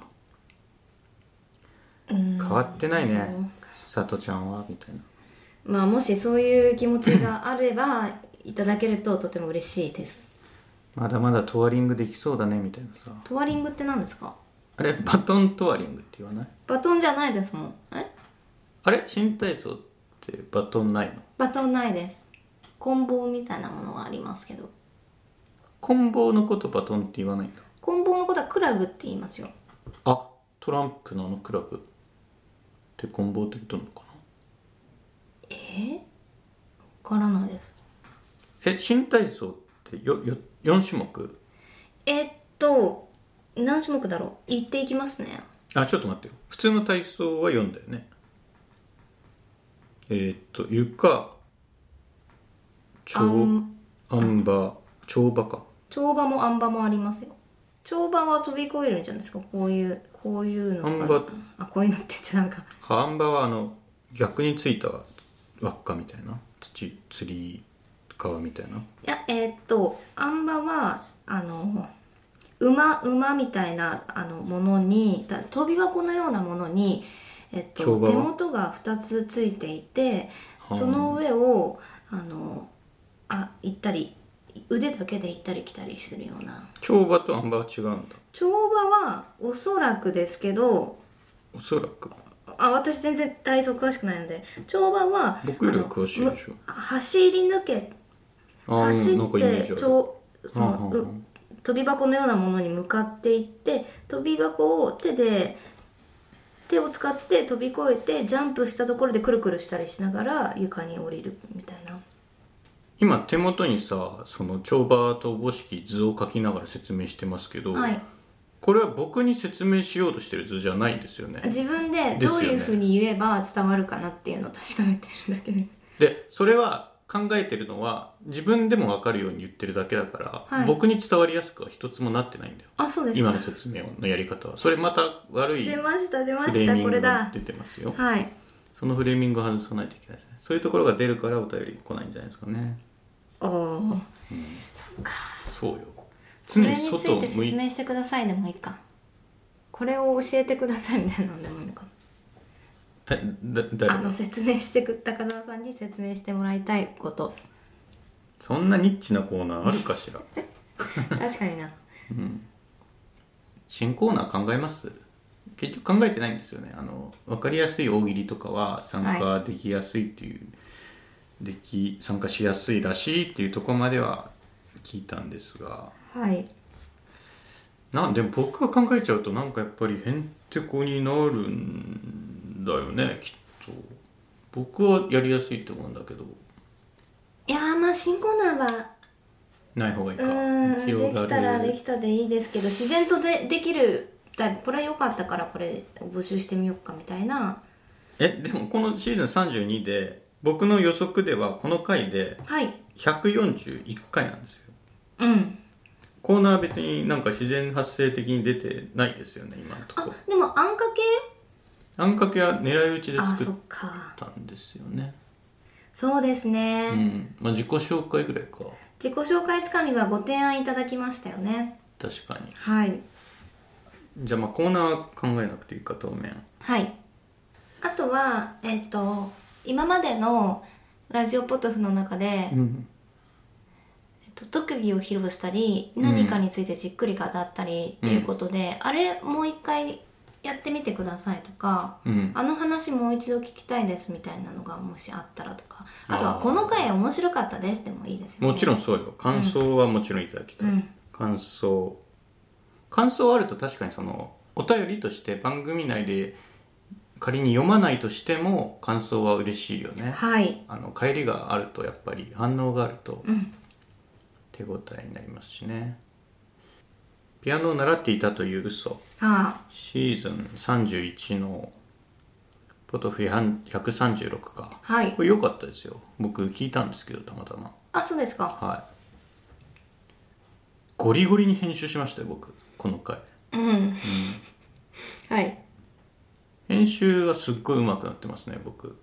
[SPEAKER 2] うん
[SPEAKER 1] 変わってないね
[SPEAKER 2] うん
[SPEAKER 1] さとちゃんはみたいな
[SPEAKER 2] まあもしそういう気持ちがあれば いただけるととても嬉しいです
[SPEAKER 1] まだまだトワリングできそうだねみたいなさ
[SPEAKER 2] トワリングって何ですか
[SPEAKER 1] あれバトントワリングって言わない
[SPEAKER 2] バトンじゃないですもんえ
[SPEAKER 1] あれ新体操ってバトンないの
[SPEAKER 2] バトンないです棍棒みたいなものはありますけど
[SPEAKER 1] 棍棒のことバトンって言わないんだ
[SPEAKER 2] 棍棒のことはクラブって言いますよ
[SPEAKER 1] あトランプのあのクラブって棍棒って言うのかな
[SPEAKER 2] えー、わからないです
[SPEAKER 1] え新体操ってよよ4種目
[SPEAKER 2] えーっと何種目だろう言っていきますね
[SPEAKER 1] あちょっと待ってよ普通の体操は4だよねえーっと床
[SPEAKER 2] あ
[SPEAKER 1] 跳
[SPEAKER 2] ん
[SPEAKER 1] あん馬跳馬か
[SPEAKER 2] 跳馬もあん馬もありますよ跳馬は飛び越えるんじゃないですかこういうこういうの
[SPEAKER 1] あん
[SPEAKER 2] か
[SPEAKER 1] 馬
[SPEAKER 2] あこういうのって言っちゃダメか
[SPEAKER 1] ああん馬はあの逆についた輪っかみたいな土釣り革みたいない
[SPEAKER 2] やえーっとあん馬はあの馬馬みたいなあのものにだ飛び箱のようなものに、えっ
[SPEAKER 1] 跳
[SPEAKER 2] と、
[SPEAKER 1] 馬は
[SPEAKER 2] 手元が2つついていて
[SPEAKER 1] はあ
[SPEAKER 2] その上をあのあ行ったり腕だけで行ったり来たりするような
[SPEAKER 1] 跳馬とあん馬は違うんだ
[SPEAKER 2] 跳馬はおそらくですけど
[SPEAKER 1] おそらく
[SPEAKER 2] あ私全然体操詳しくないので跳馬は
[SPEAKER 1] 僕よりは詳しいでしょ
[SPEAKER 2] あのむ走り抜け
[SPEAKER 1] あー
[SPEAKER 2] 走っ
[SPEAKER 1] なんかイメージ
[SPEAKER 2] て
[SPEAKER 1] ある
[SPEAKER 2] ちょ
[SPEAKER 1] う
[SPEAKER 2] そ
[SPEAKER 1] ん
[SPEAKER 2] の
[SPEAKER 1] うんう
[SPEAKER 2] うん飛び箱のようなものに向かっていって飛び箱を手で手を使って飛び越えてジャンプしたところでくるくるしたりしながら床に降りるみたいな
[SPEAKER 1] 今手元にさその帳場とおぼしき図を書きながら説明してますけど、
[SPEAKER 2] はい、
[SPEAKER 1] これは僕に説明しようとしてる図じゃないんですよね
[SPEAKER 2] 自分で
[SPEAKER 1] ですよ
[SPEAKER 2] どう
[SPEAKER 1] ね
[SPEAKER 2] いうふうに言えば伝わるかなっていうのを確かめてるだけで
[SPEAKER 1] でそれは考えてるのは自分でも分かるように言ってるだけだから、
[SPEAKER 2] はい
[SPEAKER 1] 僕に伝わりやすくは一つもなってないんだよ
[SPEAKER 2] あそうです
[SPEAKER 1] 今
[SPEAKER 2] か
[SPEAKER 1] の説明のやり方はそれまた悪い
[SPEAKER 2] 出
[SPEAKER 1] フ
[SPEAKER 2] ました出ま
[SPEAKER 1] レ
[SPEAKER 2] し
[SPEAKER 1] ー
[SPEAKER 2] た
[SPEAKER 1] ミン
[SPEAKER 2] こ
[SPEAKER 1] グ
[SPEAKER 2] れ
[SPEAKER 1] が
[SPEAKER 2] だ
[SPEAKER 1] 出てますよ
[SPEAKER 2] はい
[SPEAKER 1] そのフレーミングを外さないといけないですねそういうところが出るからお便り来ないんじゃないですかね
[SPEAKER 2] おお
[SPEAKER 1] そうよ
[SPEAKER 2] こ
[SPEAKER 1] 常
[SPEAKER 2] れ
[SPEAKER 1] に
[SPEAKER 2] につ
[SPEAKER 1] 外
[SPEAKER 2] い
[SPEAKER 1] を
[SPEAKER 2] て
[SPEAKER 1] 向い
[SPEAKER 2] 説
[SPEAKER 1] て
[SPEAKER 2] 明してくださいでもいいかこれを教えてくださいみたいなのでもいいのか
[SPEAKER 1] えだ
[SPEAKER 2] なあ
[SPEAKER 1] 誰
[SPEAKER 2] の
[SPEAKER 1] が
[SPEAKER 2] 説明してく高澤さんに説明してもらいたい こと
[SPEAKER 1] そんなニッチなコーナーあるかしら
[SPEAKER 2] 確かにな
[SPEAKER 1] 新コーナー考えます結局考えてないんですよねあの分かりやすい大喜利とかは参加できやすいっていう、でき参加しやすいらしいっていうところまでは聞いたんですが
[SPEAKER 2] はい
[SPEAKER 1] なんでも僕が考えちゃうとなんかやっぱりへんてこになるんだよねきっと僕はやりやすいと思うんだけど
[SPEAKER 2] いやーまあ新コーナーは
[SPEAKER 1] ない方がいいうか
[SPEAKER 2] ーんできたらでき
[SPEAKER 1] た
[SPEAKER 2] たでいいですけど自然とでできるだこれは良かったからこれを募集してみようかみたいな
[SPEAKER 1] えでもこのシーズン32で僕の予測ではこの回で
[SPEAKER 2] はい
[SPEAKER 1] 141回なんですよ
[SPEAKER 2] うん
[SPEAKER 1] コーナーは別になんか自然発生的に出てないですよね今のと
[SPEAKER 2] あ
[SPEAKER 1] こ
[SPEAKER 2] でもあんかけ
[SPEAKER 1] あんかけは狙い撃ちで
[SPEAKER 2] あ
[SPEAKER 1] 作
[SPEAKER 2] そ
[SPEAKER 1] っ
[SPEAKER 2] っか
[SPEAKER 1] たんですよね
[SPEAKER 2] そうですね、
[SPEAKER 1] うんまあ自己紹介ぐらいか
[SPEAKER 2] 自己紹介つかみはご提案いただきましたよね
[SPEAKER 1] 確かに
[SPEAKER 2] はい
[SPEAKER 1] じゃあまあコーナーは考えなくていいか当面
[SPEAKER 2] はいあとはえっ、と今までのラジオポトフの中で、
[SPEAKER 1] うん
[SPEAKER 2] えっと特技を披露したり
[SPEAKER 1] ん
[SPEAKER 2] 何かについてじっくり語ったりっていうことで、あれもう一回やってみてくださいとか、
[SPEAKER 1] うん
[SPEAKER 2] あの話もう一度聞きたいですみたいなのがもしあったらとか
[SPEAKER 1] あー
[SPEAKER 2] あとはこの回面白かったですでもいいですよね
[SPEAKER 1] もちろんそうよ感想はもちろんいただきたい、
[SPEAKER 2] うん
[SPEAKER 1] 感想感想あると確かにそのお便りとして番組内で仮に読まないとしても感想は嬉しいよね
[SPEAKER 2] はい
[SPEAKER 1] あの帰りがあるとやっぱり反応があると
[SPEAKER 2] うん
[SPEAKER 1] 手応えになりますしねピアノを習っていたという嘘
[SPEAKER 2] あ
[SPEAKER 1] シーズン31のポトフ136か
[SPEAKER 2] あはい
[SPEAKER 1] これ良かったですよ僕聞いたんですけどたまたま
[SPEAKER 2] あそうですか
[SPEAKER 1] はいゴリゴリに編集しましたよ僕この回
[SPEAKER 2] うん、 はい
[SPEAKER 1] 編集はすっごい上手くなってますね僕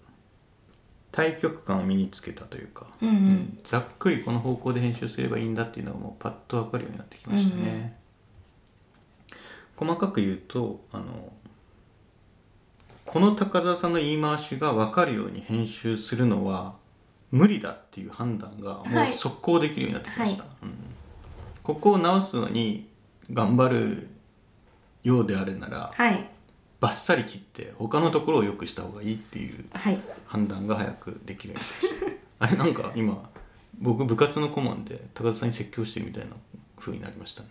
[SPEAKER 1] 対局感を身につけたというか、
[SPEAKER 2] うんうん
[SPEAKER 1] ざっくりこの方向で編集すればいいんだっていうのがもうパッと分かるようになってきましたね、細かく言うとあのこの高澤さんの言い回しが分かるように編集するのは無理だっていう判断がも
[SPEAKER 2] は
[SPEAKER 1] う
[SPEAKER 2] い
[SPEAKER 1] 速攻できるようになってきました、うんここを直すのに頑張るようであるなら
[SPEAKER 2] はい
[SPEAKER 1] バッサリ切って他のところを良くした方がいいっていう
[SPEAKER 2] はい
[SPEAKER 1] 判断が早くできるようになりましたあれなんか今僕部活の顧問で高田さんに説教してるみたいな風になりましたね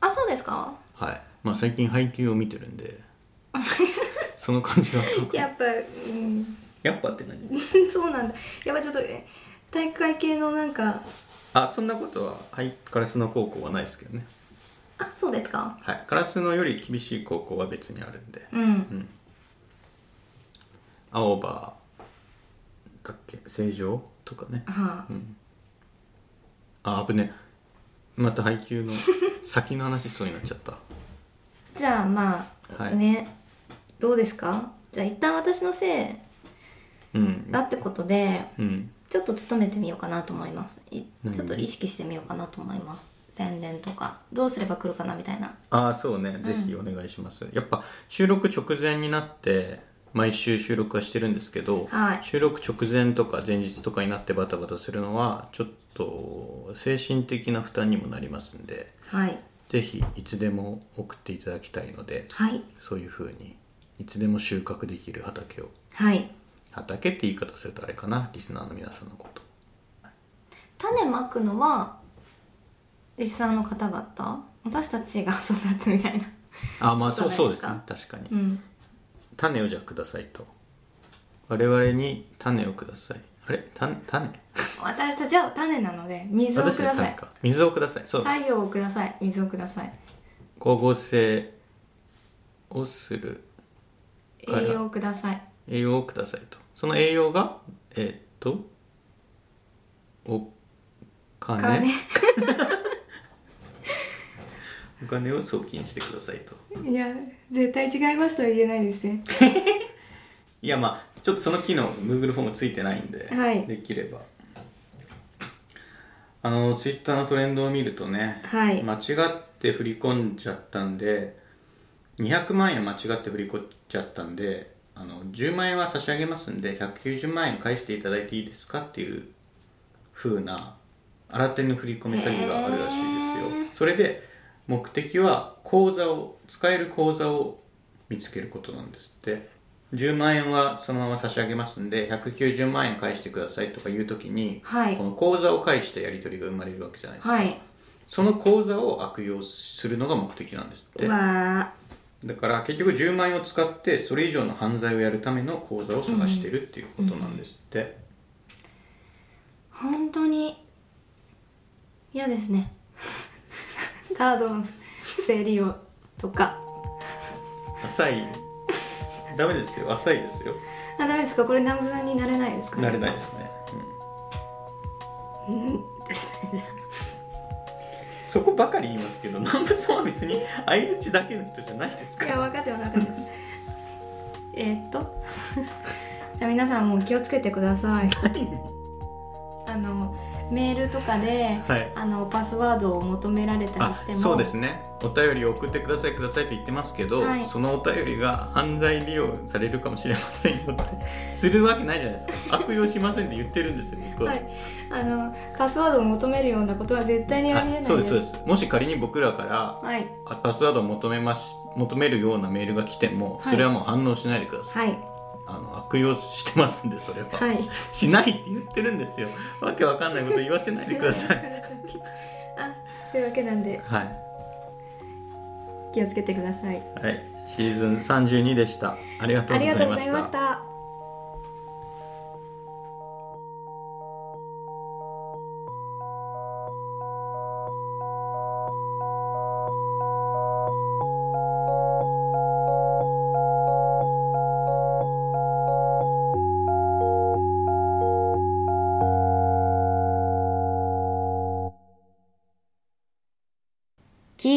[SPEAKER 2] あそうですか
[SPEAKER 1] はいまあ最近配給を見てるん でその感じがあったのかな
[SPEAKER 2] やっぱうん
[SPEAKER 1] やっぱって何
[SPEAKER 2] そうなんだやっぱちょっとえ体育会系のなんか
[SPEAKER 1] あそんなことは、はい、カラスの高校はないですけどね
[SPEAKER 2] あそうですか
[SPEAKER 1] はいカラスのより厳しい高校は別にあるんで
[SPEAKER 2] うん
[SPEAKER 1] 青葉だっけ成城とかね
[SPEAKER 2] はあ、
[SPEAKER 1] あ危ねまた配給の先の話しそうになっちゃ った
[SPEAKER 2] じゃあまあ、
[SPEAKER 1] はい
[SPEAKER 2] ねどうですかじゃあ一旦私のせい
[SPEAKER 1] うん
[SPEAKER 2] だってことで
[SPEAKER 1] うん
[SPEAKER 2] ちょっと努めてみようかなと思いますい
[SPEAKER 1] 何
[SPEAKER 2] ちょっと意識してみようかなと思います宣伝とかどうすれば来るかなみたいな
[SPEAKER 1] ああそうねぜひお願いします、やっぱ収録直前になって毎週収録はしてるんですけど、
[SPEAKER 2] はい
[SPEAKER 1] 収録直前とか前日とかになってバタバタするのはちょっと精神的な負担にもなりますんで
[SPEAKER 2] はい
[SPEAKER 1] ぜひいつでも送っていただきたいので
[SPEAKER 2] はい
[SPEAKER 1] そういう風にいつでも収穫できる畑を
[SPEAKER 2] はい
[SPEAKER 1] 畑って言い方するとあれかなリスナーの皆さんのこと
[SPEAKER 2] 種まくのはリスナーの方々私たちが 育つみたいな
[SPEAKER 1] あまあそう
[SPEAKER 2] こと
[SPEAKER 1] そう
[SPEAKER 2] ない
[SPEAKER 1] で
[SPEAKER 2] です
[SPEAKER 1] す
[SPEAKER 2] か
[SPEAKER 1] ね確かに、
[SPEAKER 2] うん
[SPEAKER 1] 種をじゃあくださいと我々に種をくださいあれ種種
[SPEAKER 2] 私たちは種なので水をく
[SPEAKER 1] 私
[SPEAKER 2] だ
[SPEAKER 1] たち
[SPEAKER 2] さ
[SPEAKER 1] 何
[SPEAKER 2] い
[SPEAKER 1] か水をくださいそうだ
[SPEAKER 2] 太陽をください水をください
[SPEAKER 1] 光合成をするはい
[SPEAKER 2] 栄養をください
[SPEAKER 1] 栄養をくださいとその栄養がえーっとお金
[SPEAKER 2] 金
[SPEAKER 1] お金を送金してくださいと
[SPEAKER 2] いや絶対違いますとは言えないですね
[SPEAKER 1] いやまあちょっとその機能 Google フォームついてないんで、
[SPEAKER 2] はい
[SPEAKER 1] できればあの Twitter のトレンドを見るとね、
[SPEAKER 2] はい
[SPEAKER 1] 間違って振り込んじゃったんで200万円間違って振り込んじゃったんであの10万円は差し上げますんで190万円返していただいていいですかっていう風な新手の振り込み詐欺があるらしいですよ、それで目的は口座を使える口座を見つけることなんですって10万円はそのまま差し上げますんで190万円返してくださいとかいう時に、
[SPEAKER 2] はい
[SPEAKER 1] この口座を介したやり取りが生まれるわけじゃないですか、
[SPEAKER 2] はい
[SPEAKER 1] その口座を悪用するのが目的なんですって
[SPEAKER 2] うわ
[SPEAKER 1] だから結局10万円を使ってそれ以上の犯罪をやるための口座を探してるっていうことなんですって、
[SPEAKER 2] ー本当に嫌ですね カードの不正利用とか
[SPEAKER 1] 浅いダメですよ浅いですよ
[SPEAKER 2] あダメですかこれ南部さんになれないですか
[SPEAKER 1] 慣れないですね、うん
[SPEAKER 2] ですねじゃ
[SPEAKER 1] そこばかり言いますけど南部さんは別に相打ちだけの人じゃないです
[SPEAKER 2] あ いや
[SPEAKER 1] か
[SPEAKER 2] 分かってる分かってるえーっと じゃあ皆さんも気をつけてください あのメールとかで、
[SPEAKER 1] はい
[SPEAKER 2] あのパスワードを求められたりしても
[SPEAKER 1] そうですねお便りを送ってくださいくださいと言ってますけど、
[SPEAKER 2] はい
[SPEAKER 1] そのお便りが犯罪利用されるかもしれませんよって するわけないじゃないですか悪用しませんって言ってるんですよ僕は、
[SPEAKER 2] はい、あのパスワードを求めるようなことは絶対にありえない
[SPEAKER 1] あ
[SPEAKER 2] です。
[SPEAKER 1] そうですそうですもし仮に僕らから
[SPEAKER 2] はい、
[SPEAKER 1] あパスワードを求めます求めるようなメールが来ても
[SPEAKER 2] はい
[SPEAKER 1] それはもう反応しないでください、
[SPEAKER 2] はい、
[SPEAKER 1] あの悪用してますんでそれは、
[SPEAKER 2] はい。
[SPEAKER 1] しないって言ってるんですよわけわかんないこと言わせないでくだ さい
[SPEAKER 2] あ、そういうわけなんで
[SPEAKER 1] はい
[SPEAKER 2] 気をつけてください。
[SPEAKER 1] はい、シーズン32でした。ありがと
[SPEAKER 2] あ
[SPEAKER 1] うご
[SPEAKER 2] り
[SPEAKER 1] ざいう
[SPEAKER 2] がとご
[SPEAKER 1] ま
[SPEAKER 2] ざ
[SPEAKER 1] し。
[SPEAKER 2] いましたた。
[SPEAKER 3] 聞